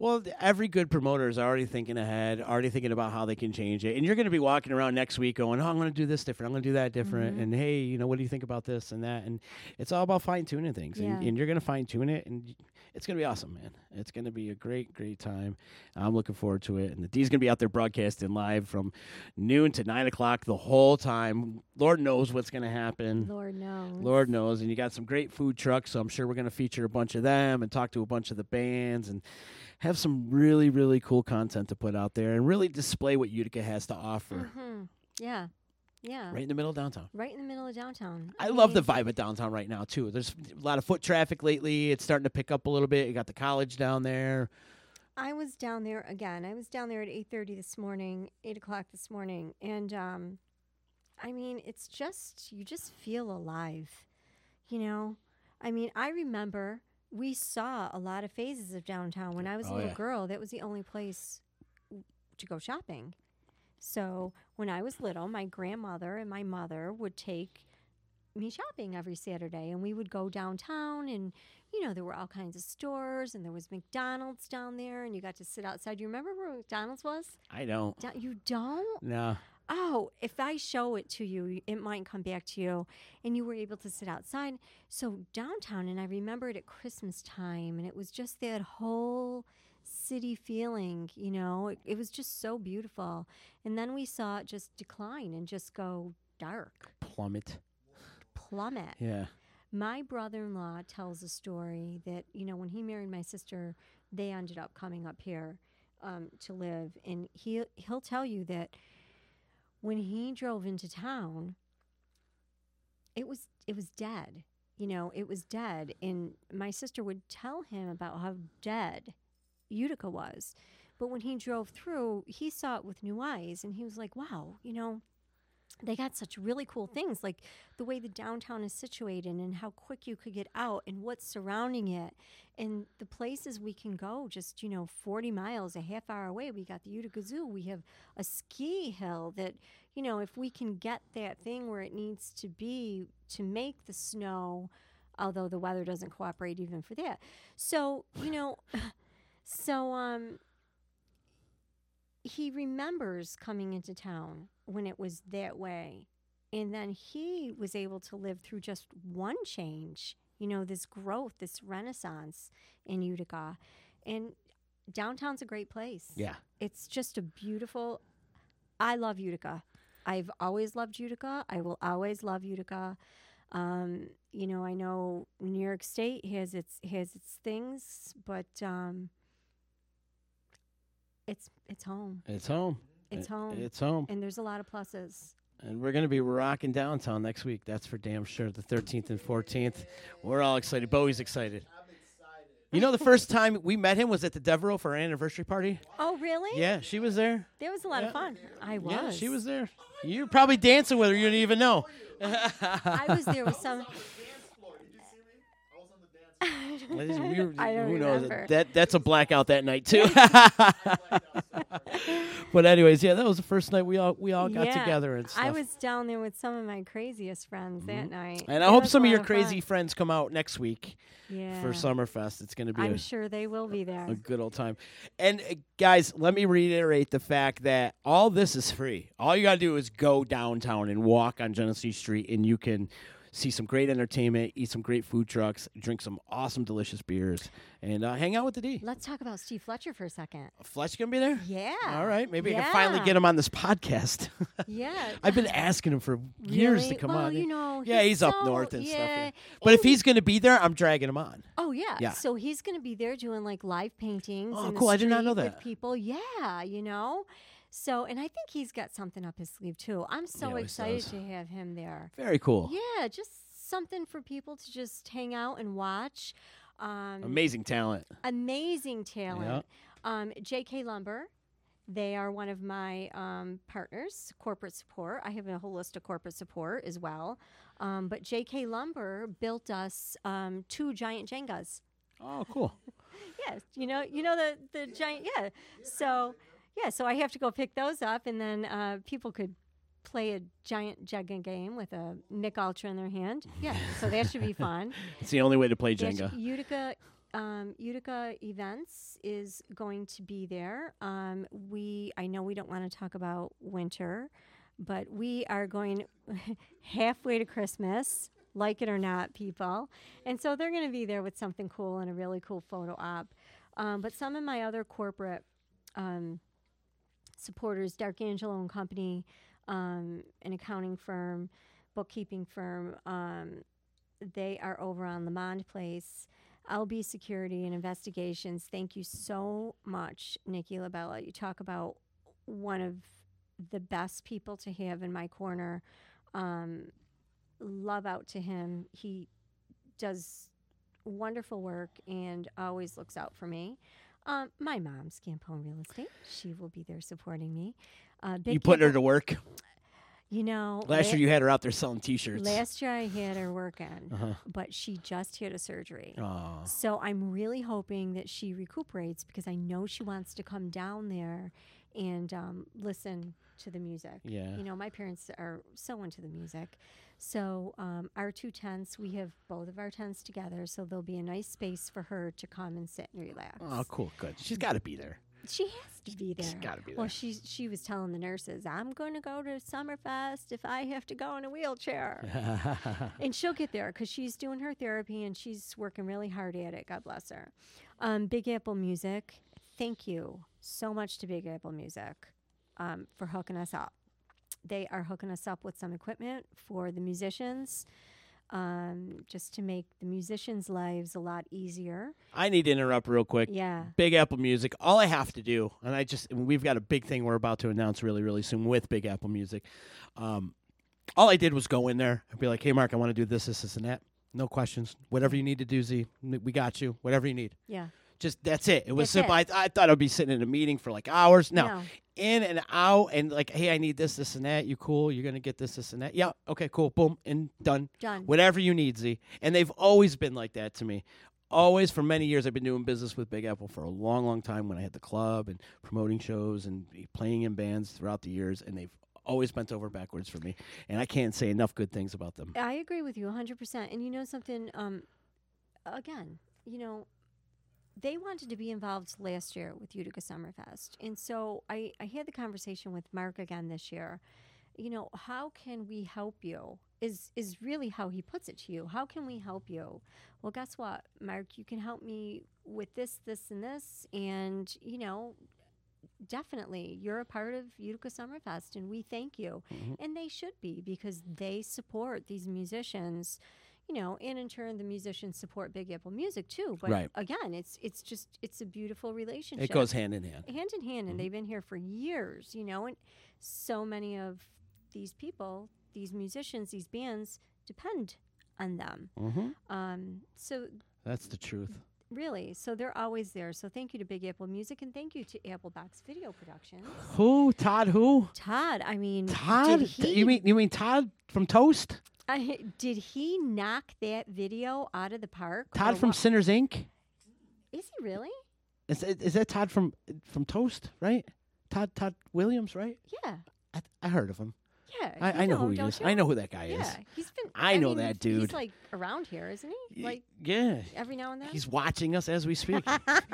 S5: Well, th- every good promoter is already thinking ahead, already thinking about how they can change it. And you're going to be walking around next week going, "Oh, I'm going to do this different. I'm going to do that different."
S4: Mm-hmm.
S12: Mhm.
S5: And hey, you know, what do you think about this and that? And it's all about fine tuning things. And,
S12: Yeah.
S5: and you're going to fine tune it, and y- it's going to be awesome, man. It's going to be a great, great time. I'm looking forward to it. And the D's going to be out there broadcasting live from noon to nine o'clock the whole time. Lord knows what's going to happen.
S4: Lord knows.
S5: Lord knows. And you got some great food trucks, so I'm sure we're going to feature a bunch of them and talk to a bunch of the bands and have some really, really cool content to put out there and really display what Utica has to offer
S4: hmm Yeah, yeah.
S5: right in the middle of downtown.
S4: Right in the middle of downtown.
S5: I love the
S4: mean,
S5: vibe of downtown right now, too. There's a lot of foot traffic lately. It's starting to pick up a little bit. You got the college down there.
S4: I was down there again. I was down there at 8:30 this morning, 8 o'clock this morning, and um, I mean, it's just you just feel alive, you know. I mean, I remember we saw a lot of phases of downtown when I was a
S14: Oh,
S4: little
S14: yeah.
S4: girl. That was the only place w- to go shopping. So when I was little, my grandmother and my mother would take me shopping every Saturday, and we would go downtown, and you know there were all kinds of stores, and there was McDonald's down there, and you got to sit outside. You remember where McDonald's was?
S5: I don't.
S4: Don't- You don't?
S5: No.
S4: Oh, if I show it to you, y- it might come back to you. And you were able to sit outside. So downtown, and I remember it at Christmas time, and it was just that whole city feeling, you know, it, it was just so beautiful. And then we saw it just decline and just go dark,
S5: Plummet.
S4: plummet.
S5: Yeah.
S4: My brother in law tells a story that, you know, when he married my sister, they ended up coming up here um, to live. And he, he'll tell you that when he drove into town, it was it was dead. You know, it was dead. And my sister would tell him about how dead Utica was. But when he drove through, he saw it with new eyes and he was like, wow, you know, they got such really cool things like the way the downtown is situated and how quick you could get out and what's surrounding it and the places we can go just you know 40 miles a half hour away we got the utica zoo we have a ski hill that you know if we can get that thing where it needs to be to make the snow although the weather doesn't cooperate even for that so you know [COUGHS] so um he remembers coming into town when it was that way. And then he was able to live through just one change, you know, this growth, this renaissance in Utica. And downtown's a great place.
S5: Yeah.
S4: It's just a beautiful, I love Utica. I've always loved Utica. I will always love Utica. Um, you know, I know New York State has its has its things, but um, it's it's home.
S5: It's home.
S4: It's
S5: I-
S4: home.
S5: It's home.
S4: And there's a lot of pluses.
S5: And we're going to be rocking downtown next week. That's for damn sure. The 13th and 14th. We're all excited. Bowie's excited. You know, the first time we met him was at the Devereaux for our anniversary party.
S4: Oh, really?
S5: Yeah, she was there.
S4: That was a lot of fun. I was.
S5: Yeah, she was there. You're probably dancing with her. You didn't even know.
S4: I was there
S5: [LAUGHS]
S4: with some.
S5: Ladies, we were-
S4: [LAUGHS] I don't
S5: who
S4: remember.
S5: knows? That that's a blackout that night
S4: [LAUGHS]
S5: too. [LAUGHS] but anyways, yeah, that was the first night we all we all got
S4: Yeah,
S5: together and stuff. Mm-hmm.
S4: I was down there with some of my craziest friends that night.
S5: and I
S4: It
S5: hope
S4: was
S5: some
S4: a
S5: of
S4: lot
S5: your
S4: fun.
S5: crazy friends come out next week
S4: Yeah.
S5: for Summerfest. It's going to be
S4: I'm
S5: a,
S4: sure they will be there.
S5: a good old time. And uh, guys, let me reiterate the fact that all this is free. All you got to do is go downtown and walk on Genesee Street, and you can see some great entertainment, eat some great food trucks, drink some awesome, delicious beers, and uh, hang out with the D.
S4: Let's talk about Steve Fletcher for a second.
S5: Fletch gonna be there?
S4: Yeah.
S5: All right, maybe I can finally get him on this podcast. [LAUGHS]
S4: Yeah.
S5: I've been asking him for years to
S4: Really?
S5: come
S4: Well,
S5: on.
S4: you know,
S5: yeah,
S4: he's
S5: he's up
S4: so-
S5: north and stuff.
S4: yeah.
S5: But if he's gonna be there, I'm dragging him on.
S4: Oh yeah.
S5: Yeah.
S4: So he's going to be there doing like live paintings.
S5: Oh,
S4: in the
S5: cool. I did not know
S4: street
S5: that.
S4: With people, yeah, you know. So, and I think he's got something up his sleeve too. I'm so
S5: always
S4: excited
S5: does.
S4: to have him there.
S5: Very cool.
S4: Yeah, just something for people to just hang out and watch. Um,
S5: Amazing talent.
S4: amazing talent. Um, J.K. Lumber, they are one of my um, partners, corporate support. I have a whole list of corporate support as well. Um, but J.K. Lumber built us um, two giant Jengas.
S5: Oh, cool.
S4: [LAUGHS] yes, you know, you know the the giant. Yeah. So, yeah. So I have to go pick those up, and then uh, people could. Play a giant Jenga game with a Mick Ultra in their hand. Yeah, so that
S5: [LAUGHS]
S4: should be fun.
S5: It's the only way to play
S4: Yes,
S5: Jenga.
S4: Utica, um, Utica Events is going to be there. Um, we, I know we don't want to talk about winter, but we are going [LAUGHS] halfway to Christmas, like it or not, people. And so they're going to be there with something cool and a really cool photo op. Um, but some of my other corporate um, supporters, Dark Angelo and Company, um, an accounting firm, bookkeeping firm. Um, they are over on Lamond Place. LB Security and Investigations. Thank you so much, Nikki Labella. You talk about one of the best people to have in my corner. Um, love out to him. He does wonderful work and always looks out for me. Um, my mom, Scampone Real Estate, she will be there supporting me. Uh, Big
S5: you putting her
S4: Campo-
S5: to work?
S4: You know,
S5: Last
S4: la-
S5: year you had her out there selling T-shirts.
S4: Last year I had her working,
S5: Uh-huh. Oh.
S4: but she just had a surgery.
S5: Aw.
S4: So I'm really hoping that she recuperates because I know she wants to come down there and um, listen to the music.
S12: Yeah.
S4: You know, my parents are so into the music. So um, our two tents, we have both of our tents together. So there'll be a nice space for her to come and sit and relax.
S5: Oh, cool, good. She's got to be there.
S4: She has to be there.
S5: She's gotta be
S4: Well,
S5: there.
S4: she she was telling the nurses, "I'm going to go to Summerfest if I have to go in a wheelchair."
S5: [LAUGHS]
S4: and she'll get there because she's doing her therapy and she's working really hard at it. God bless her. Um, Big Apple Music, thank you so much to Big Apple Music um, for hooking us up. They are hooking us up with some equipment for the musicians, um, just to make the musicians' lives a lot easier.
S5: I need to interrupt real quick.
S4: Yeah.
S5: Big Apple Music. All I have to do, and I just, and we've got a big thing we're about to announce really, really soon with Big Apple Music. Um, all I did was go in there and be like, "Hey, Mark, I want to do this, this, this, and that. No questions. Whatever you need to do, Z, n- we got you. Whatever you need.
S4: Yeah.
S5: Just that's it. It was
S4: That's
S5: simple.
S4: it.
S5: I, I thought I'd be sitting in a meeting for like hours. No.
S4: No.
S5: In and out, and like, hey, I need this, this, and that. You cool? You're gonna get this, this, and that. Yeah, okay, cool. Boom, and done.
S4: Done.
S5: Whatever you need, Z. And they've always been like that to me. Always for many years, I've been doing business with Big Apple for a long, long time. When I had the club and promoting shows and playing in bands throughout the years, and they've always bent over backwards for me. And I can't say enough good things about them.
S4: I agree with you 100%. And you know something? Um, again, you know, they wanted to be involved last year with Utica Summerfest. And so I, I had the conversation with Mark again this year. You know, how can we help you? Is is really how he puts it to you. How can we help you? Well, guess what, Mark, you can help me with this, this, and this, and you know, definitely you're a part of Utica Summerfest and we thank you.
S14: Mhm.
S4: And they should be because they support these musicians, you know, and in turn the musicians support Big Apple Music too. But
S5: Right.
S4: again, it's it's just it's a beautiful relationship.
S5: goes hand in hand.
S4: Hand in hand and they've been here for years, you know, and so many of these people, these musicians, these bands depend on them.
S5: Mhm.
S4: Um, so
S5: That's the truth.
S4: Really? So they're always there. So thank you to Big Apple Music and thank you to Apple Box Video Productions.
S5: Who? Todd? Who?
S4: Todd. I mean, did
S5: Todd?
S4: he-
S5: You mean you mean Todd from Toast?
S4: I, did he knock that video out of the park? or
S5: Todd from
S4: what?
S5: Sinners Inc.
S4: Is he really?
S5: Is, it- is that Todd from from Toast? Right? Todd Todd Williams, right?
S4: Yeah.
S5: I, I heard of him.
S4: Yeah.
S5: I,
S4: you
S5: I know who
S4: him,
S5: he
S4: don't
S5: is.
S4: you?
S5: I know who that guy is.
S4: Yeah. He's been.
S5: I know
S4: mean,
S5: that
S4: He's
S5: dude.
S4: like around here, isn't he? Like
S5: Yeah.
S4: every now and then.
S5: He's watching us as we speak.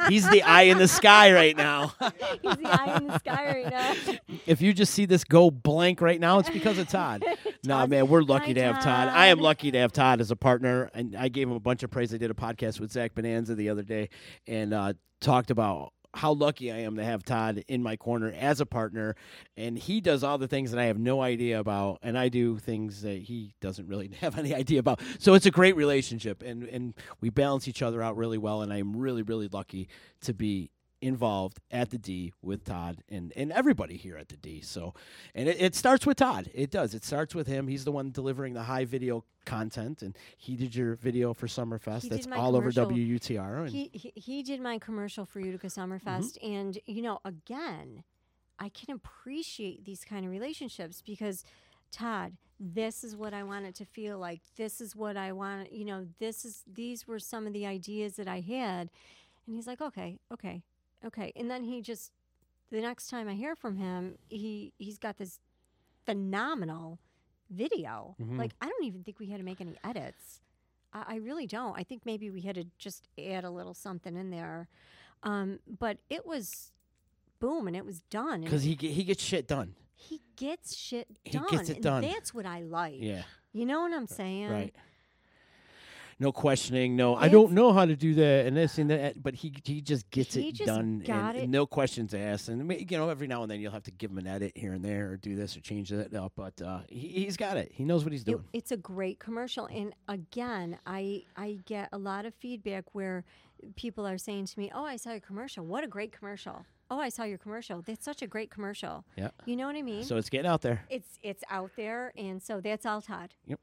S5: He's the eye in the sky
S4: [LAUGHS]
S5: right now.
S4: He's the eye in the sky right now.
S5: [LAUGHS]
S4: [LAUGHS]
S5: if you just see this go blank right now, it's because of Todd. No, man, we're lucky
S4: Hi,
S5: to have Todd. I am
S4: Todd.
S5: lucky to have Todd as a partner, and I gave him a bunch of praise. I did a podcast with Zach Bonanza the other day, and uh, talked about how lucky I am to have Todd in my corner as a partner, and he does all the things that I have no idea about, and I do things that he doesn't really [LAUGHS] have any idea about. So it's a great relationship, and and we balance each other out really well, and I am really really lucky to be involved at the D with Todd and, and everybody here at the D. So, and it, it starts with Todd. It does. It starts with him. He's the one delivering the high video content, and he did your video for Summerfest.
S4: He did
S5: That's
S4: my
S5: all over
S4: commercial.
S5: WUTR. And
S4: He, he he did my commercial for Utica Summerfest, and you know, again, I can appreciate these kind of relationships because Todd, this is what I want it to feel like. This is what I want. You know, this is these were some of the ideas that I had, and he's like, okay, okay, okay, and then he just the next time I hear from him, he he's got this phenomenal video.
S12: Mhm.
S4: Like I don't even think we had to make any edits. I, I really don't. I think maybe we had to just add a little something in there, um, but it was boom and it was done. and
S5: because
S4: it-
S5: he ge- he gets shit done.
S4: he gets shit
S5: He
S4: done.
S5: gets it
S4: and
S5: done.
S4: That's what I like.
S5: Yeah.
S4: You know what I'm saying?
S5: Right. No questioning. No, I don't know how to do that and this and that. But he he just gets
S4: He
S5: it
S4: just
S5: done. and-
S4: got
S5: and,
S4: it.
S5: no questions asked. And I mean, you know, every now and then you'll have to give him an edit here and there, or do this or change that up. But uh, he, he's got it. He knows what he's
S4: It-
S5: doing.
S4: it's a great commercial, and again, I I get a lot of feedback where people are saying to me, "Oh, I saw your commercial. What a great commercial! Oh, I saw your commercial. That's such a great commercial."
S5: Yeah.
S4: You know what I mean?
S5: So it's getting out there.
S4: It's it's out there, and so that's all Todd.
S5: Yep.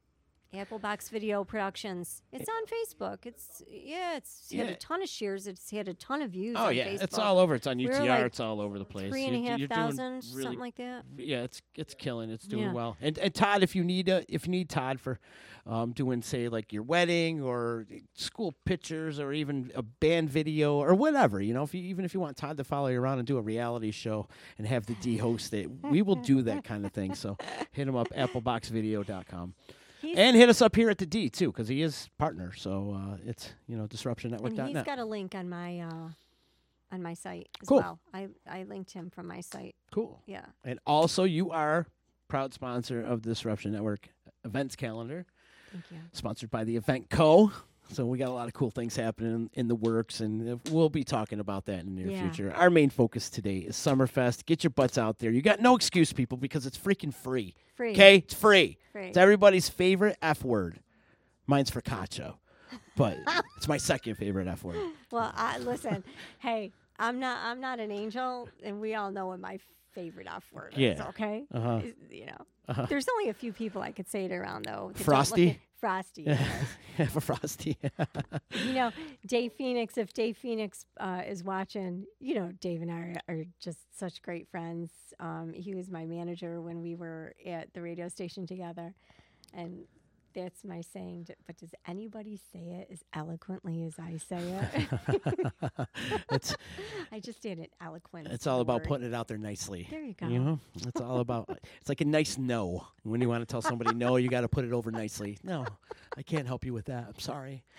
S4: Applebox Video Productions. It's on Facebook. It's yeah. It's had
S5: Yeah.
S4: a ton of shares. It's had a ton of views.
S5: Oh
S4: on
S5: yeah, it's
S4: Facebook.
S5: all over. It's on
S4: We were
S5: UTR.
S4: like
S5: it's all over the place.
S4: three and a half thousand, something like that.
S5: Yeah, it's it's killing. It's doing
S4: Yeah.
S5: well. And, and Todd, if you need uh, if you need Todd for um, doing say like your wedding or school pictures or even a band video or whatever, you know, if you even if you want Todd to follow you around and do a reality show and have the D host it, we will
S4: [LAUGHS]
S5: do that kind of thing. So hit him up appleboxvideo.com.
S4: He's-
S5: and hit us up here at the D too, because he is partner. So uh, it's you know disruptionnetwork.net.
S4: And he's got a link on my uh, on my site as
S5: Cool.
S4: well. I I linked him from my site.
S5: Cool.
S4: Yeah.
S5: And also, you are proud sponsor of the Disruption Network events calendar,
S4: Thank you.
S5: sponsored by the Event Co. So we got a lot of cool things happening in the works, and uh, we'll be talking about that in the near
S4: Yeah.
S5: future. Our main focus today is Summerfest. Get your butts out there. You got no excuse, people, because it's freaking free.
S4: Free.
S5: Okay, it's free.
S4: Free.
S5: It's everybody's favorite F word. Mine's for cacho, but it's my second favorite
S4: [LAUGHS]
S5: F word.
S4: Well, I
S5: [LAUGHS]
S4: listen. hey, I'm not I'm not an angel, and we all know what my favorite off word is.
S5: Yeah.
S4: Okay.
S5: Uh-huh.
S4: Is- You know.
S5: Uh-huh.
S4: There's only a few people I could say it around though. that don't look
S5: Frosty?
S4: at- Frosty. yes.
S5: Yeah, for [LAUGHS] Frosty.
S4: you know, Dave Phoenix. If Dave Phoenix uh, is watching, you know, Dave and I are just such great friends. Um, he was my manager when we were at the radio station together, and that's my saying. d- But does anybody say it as eloquently as I say it?
S5: It's-
S4: I just did it eloquent.
S5: It's all about
S4: word.
S5: putting it out there nicely.
S4: There you go.
S5: know, it's all about. It's like a nice no. When you want to tell somebody no, you got to put it over nicely. No, I can't help you with that. I'm sorry.
S4: [LAUGHS]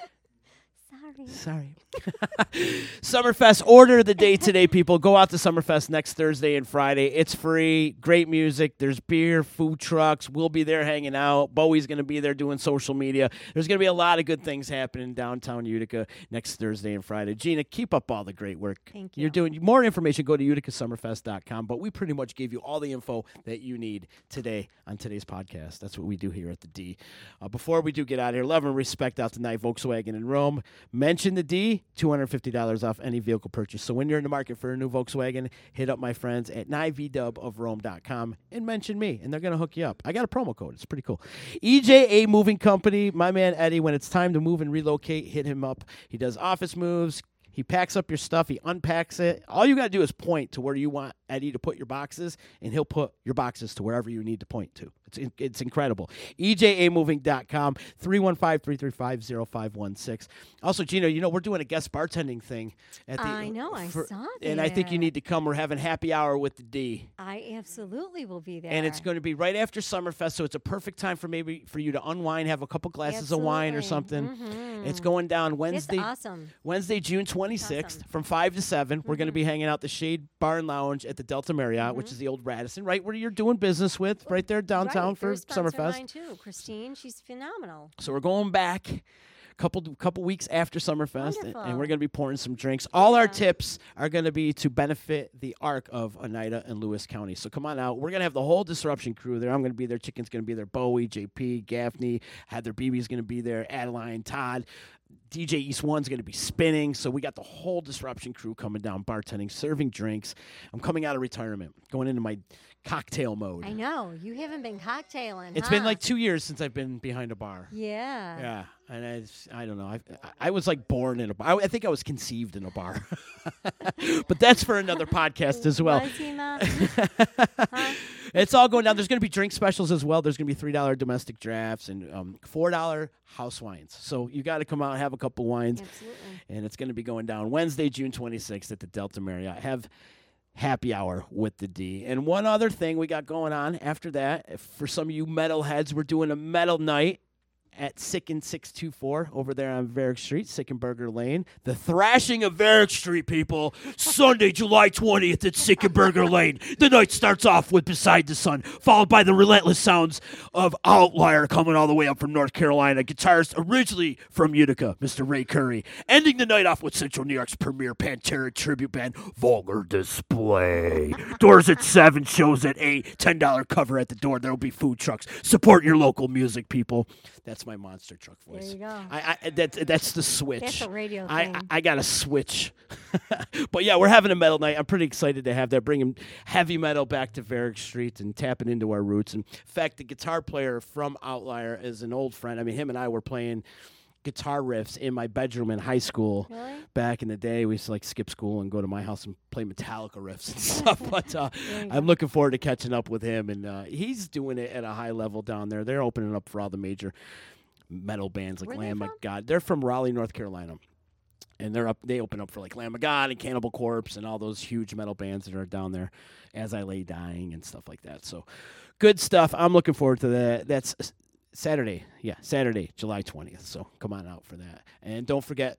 S4: Sorry.
S5: Sorry. Summerfest. Order the day today, people. Go out to Summerfest next Thursday and Friday. It's free. Great music. There's beer, food trucks. We'll be there hanging out. Bowie's going to be there doing social media. There's going to be a lot of good things happening downtown Utica next Thursday and Friday. Gina, keep up all the great work. Thank you. You're doing more information. Go to uticasummerfest.com. But we pretty much gave you all the info that you need today on today's podcast. That's what we do here at the D. Uh, before we do get out of here, love and respect out tonight, Volkswagen in Rome. Mention the D, $250 off any vehicle purchase. So when you're in the market for a new Volkswagen, hit up my friends at 9vdubofrome.com and mention me, and they're going to hook you up. I got a promo code. It's pretty cool. EJA Moving Company, my man Eddie, when it's time to move and relocate, hit him up. He does office moves, he packs up your stuff. He unpacks it. All you got to do is point to where you want Eddie to put your boxes, and he'll put your boxes to wherever you need to point to. It's, in- it's incredible. E EJAmoving.com, 315-335-0516. Also, Gino, you know, we're doing a guest bartending thing. At the,
S4: I know, I saw
S5: And I think you
S4: that.
S5: need to come. We're having happy hour with the D.
S4: I absolutely will be there.
S5: And it's going to be right after Summerfest, so it's a perfect time for maybe for you to unwind, have a couple glasses of wine or something. It's going down Wednesday.
S4: Mm-hmm. awesome. Mm-hmm.
S5: Wednesday, June 26th from 5 to 7. We're going to be hanging out at the Shade Barn Lounge at the Delta Marriott, which is the old Radisson, right where you're doing business with, right there downtown. town for
S4: They're a sponsor of
S5: Summerfest.
S4: mine too, Christine. She's phenomenal.
S5: So we're going back a couple couple weeks after Summerfest, and- and,
S4: Wonderful.
S5: we're going to be pouring some drinks. All our tips are going to be to benefit the arc of Oneida and Lewis County. So come on out. We're going to have the whole disruption crew there. I'm going to be there. Chicken's going to be there. Bowie, JP, Gaffney, Heather Beebe's going to be there. Adeline, Todd. DJ East One's going to be spinning. So we got the whole disruption crew coming down, bartending, serving drinks. I'm coming out of retirement, going into my cocktail mode.
S4: I know you haven't been cocktailing.
S5: It's
S4: It's
S5: been like two years since I've been behind a bar.
S4: Yeah.
S5: Yeah, and I, s- I don't know. I, I was like born in a bar. I, I think I was conceived in a bar. [LAUGHS] but that's for another podcast as
S4: [LAUGHS]
S5: well.
S4: Was he,
S5: [LAUGHS]
S4: Mom?
S5: It's all going down. There's going to be drink specials as well. There's going to be three dollar domestic drafts and um, four dollar house wines. So you got to come out and have a couple wines.
S4: Absolutely.
S5: And it's going to be going down Wednesday, June 26th at the Delta Marriott. Have happy hour with the D. And one other thing we got going on after that, if- for some of you metalheads, we're doing a metal night at Sicken 624 over there on Varick Street, Sickenburger Lane. The Thrashing of Varick Street, people. Sunday, July 20th at Sickenburger Lane. The night starts off with Beside the Sun, followed by the relentless sounds of Outlier coming all the way up from North Carolina. Guitarist originally from Utica, Mr. Ray Curry. Ending the night off with Central New York's premier Pantera tribute band, Vulgar Display. Doors at 7, shows at 8. $10 cover at the door. There will be food trucks. Support your local music, people. That's my monster truck voice.
S4: There you go.
S5: I, I that that's the switch.
S4: a radio
S5: I,
S4: thing.
S5: I, I got a switch. [LAUGHS] but yeah, we're having a metal night. I'm pretty excited to have that. Bringing heavy metal back to Varick Street and tapping into our roots. And in fact, the guitar player from Outlier is an old friend. I mean, him and I were playing guitar riffs in my bedroom in high school
S4: Really?
S5: back in the day we used to like skip school and go to my house and play metallica
S4: [LAUGHS]
S5: riffs and stuff but uh,
S4: There you go.
S5: i'm looking forward to catching up with him and uh, he's doing it at a high level down there they're opening up for all the major metal bands like
S4: Where they
S5: Lamb of God. They're from Raleigh, North Carolina. And they're up they open up for like Lamb of God and Cannibal Corpse and all those huge metal bands that are down there as I lay dying and stuff like that. So good stuff. I'm looking forward to that. That's s- Saturday. Yeah, Saturday, July 20th. So come on out for that. And don't forget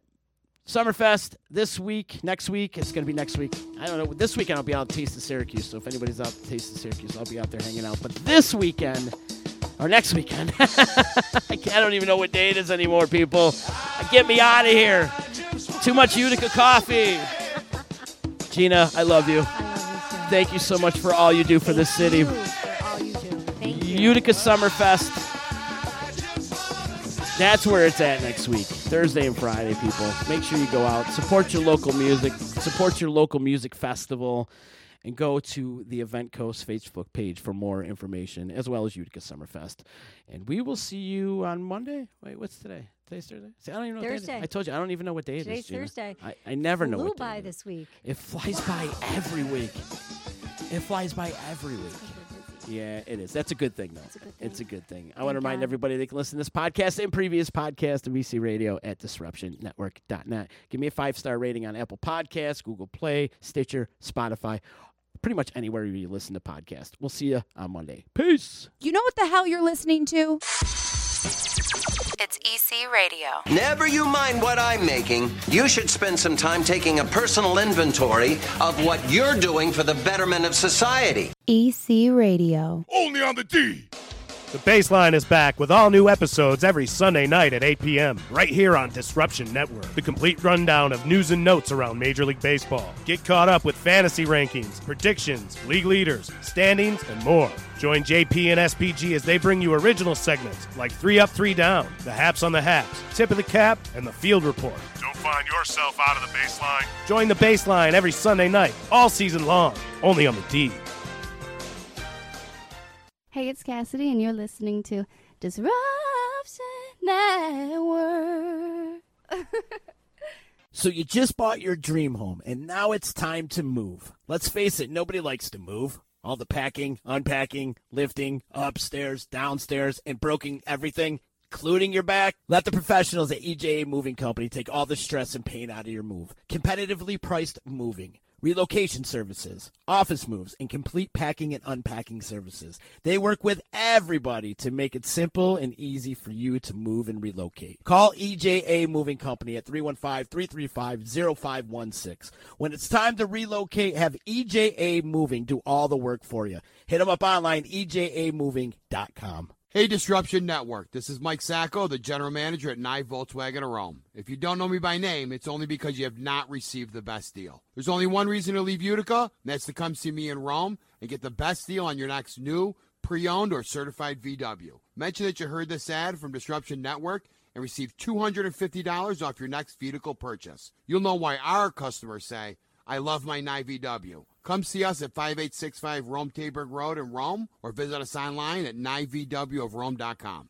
S5: Summerfest this week, next week. It's going to be next week. I don't know. This weekend I'll be out at Taste of Syracuse. So if anybody's out at Taste of Syracuse, I'll be out there hanging out. But this weekend, or next weekend, [LAUGHS] I can't- I don't even know what day it is anymore, people. Get me out of here. Too much Utica coffee. Gina, I love you. Thank you so much for all you do for this city. Utica Summerfest. That's where it's at next week, Thursday and Friday, people. Make sure you go out, support your local music, support your local music festival, and go to the Event Coast Facebook page for more information, as well as Utica Summerfest. And we will see you on Monday. Wait, what's today? Today's Thursday? See, I don't even know. what day it is.
S4: Thursday.
S5: I told you, I don't even know what day it
S4: Today's
S5: is. Gina.
S4: Thursday.
S5: I, I never know
S4: Flew
S5: what day
S4: by
S5: it is.
S4: this week.
S5: It flies by every week. It flies by every week. Yeah, it is. That's a good thing, though. It's a good thing. I want to remind everybody they can listen to this podcast and previous podcast of VC Radio at disruptionnetwork.net. Give me a five star rating on Apple Podcasts, Google Play, Stitcher, Spotify, pretty much anywhere you listen to podcasts. We'll see you on Monday. Peace.
S12: You know what the hell you're listening to?
S1: It's EC Radio.
S14: Never you mind what I'm making. You should spend some time taking a personal inventory of what you're doing for the betterment of society.
S12: EC E Radio.
S2: Only on the D. The Baseline is back with all new episodes every Sunday night at 8 p.m. right here on Disruption Network. The complete rundown of news and notes around Major League Baseball. Get caught up with fantasy rankings, predictions, league leaders, standings, and more. Join JP and SPG as they bring you original segments like 3 Up, 3 Down, The Haps on the Haps, Tip of the Cap, and The Field Report.
S15: Don't find yourself out of the baseline.
S2: Join the Baseline every Sunday night, all season long, only on the D.
S16: Hey, it's Cassidy, and you're listening to Disruption [LAUGHS] Network.
S13: So you just bought your dream home and now it's time to move. Let's face it, nobody likes to move. All the packing, unpacking, lifting, upstairs, downstairs, and broken everything, including your back. Let the professionals E at EJA Moving Company take all the stress and pain out of your move. Competitively priced moving. relocation services, office moves, and complete packing and unpacking services. They work with everybody to make it simple and easy for you to move and relocate. Call EJA Moving Company at 315 335 0516. When it's time to relocate, have EJA Moving do all the work for you. Hit them up online, E ejamoving.com.
S6: Hey, Disruption Network. This is Mike Sacco, the general manager at Nye Volkswagen of Rome. If you don't know me by name, it's only because you have not received the best deal. There's only one reason to leave Utica, and that's to come see me in Rome and get the best deal on your next new, pre owned, or certified VW. Mention that you heard this ad from Disruption Network and receive $250 off your next vehicle purchase. You'll know why our customers say, I love my Nye VW. Come see us at 5865 Rome Taberg Road in Rome or visit us online at nyvwofrome.com.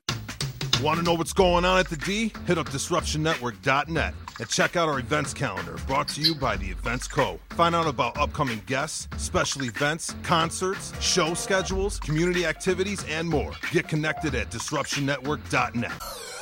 S3: Want to know what's going on at the D? Hit up disruptionnetwork.net and check out our events calendar brought to you by the Events Co. Find out about upcoming guests, special events, concerts, show schedules, community activities, and more. Get connected at disruptionnetwork.net.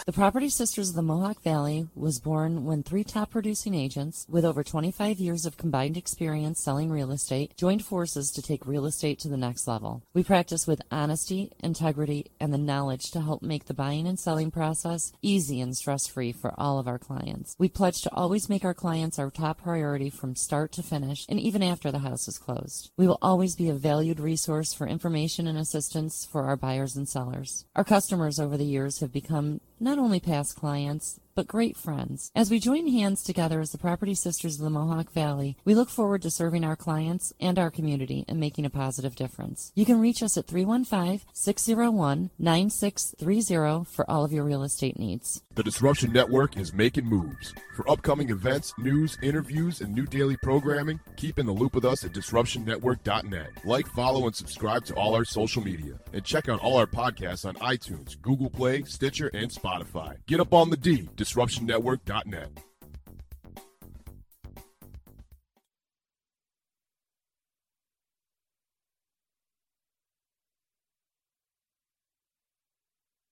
S7: The Property Sisters of the Mohawk Valley was born when three top producing agents with over 25 years of combined experience selling real estate joined forces to take real estate to the next level. We practice with honesty, integrity, and the knowledge to help make the buying and selling process easy and stress free for all of our clients. We pledge to always make our clients our top priority from start to finish and even after the house is closed. We will always be a valued resource for information and assistance for our buyers and sellers. Our customers over the years have become not only past clients, but great friends. As we join hands together as the Property Sisters of the Mohawk Valley, we look forward to serving our clients and our community and making a positive difference. You can reach us at 315 601 9630 for all of your real estate needs.
S8: The Disruption Network is making moves. For upcoming events, news, interviews, and new daily programming, keep in the loop with us at disruptionnetwork.net. Like, follow, and subscribe to all our social media. And check out all our podcasts on iTunes, Google Play, Stitcher, and Spotify. Get up on the D, disruptionnetwork.net.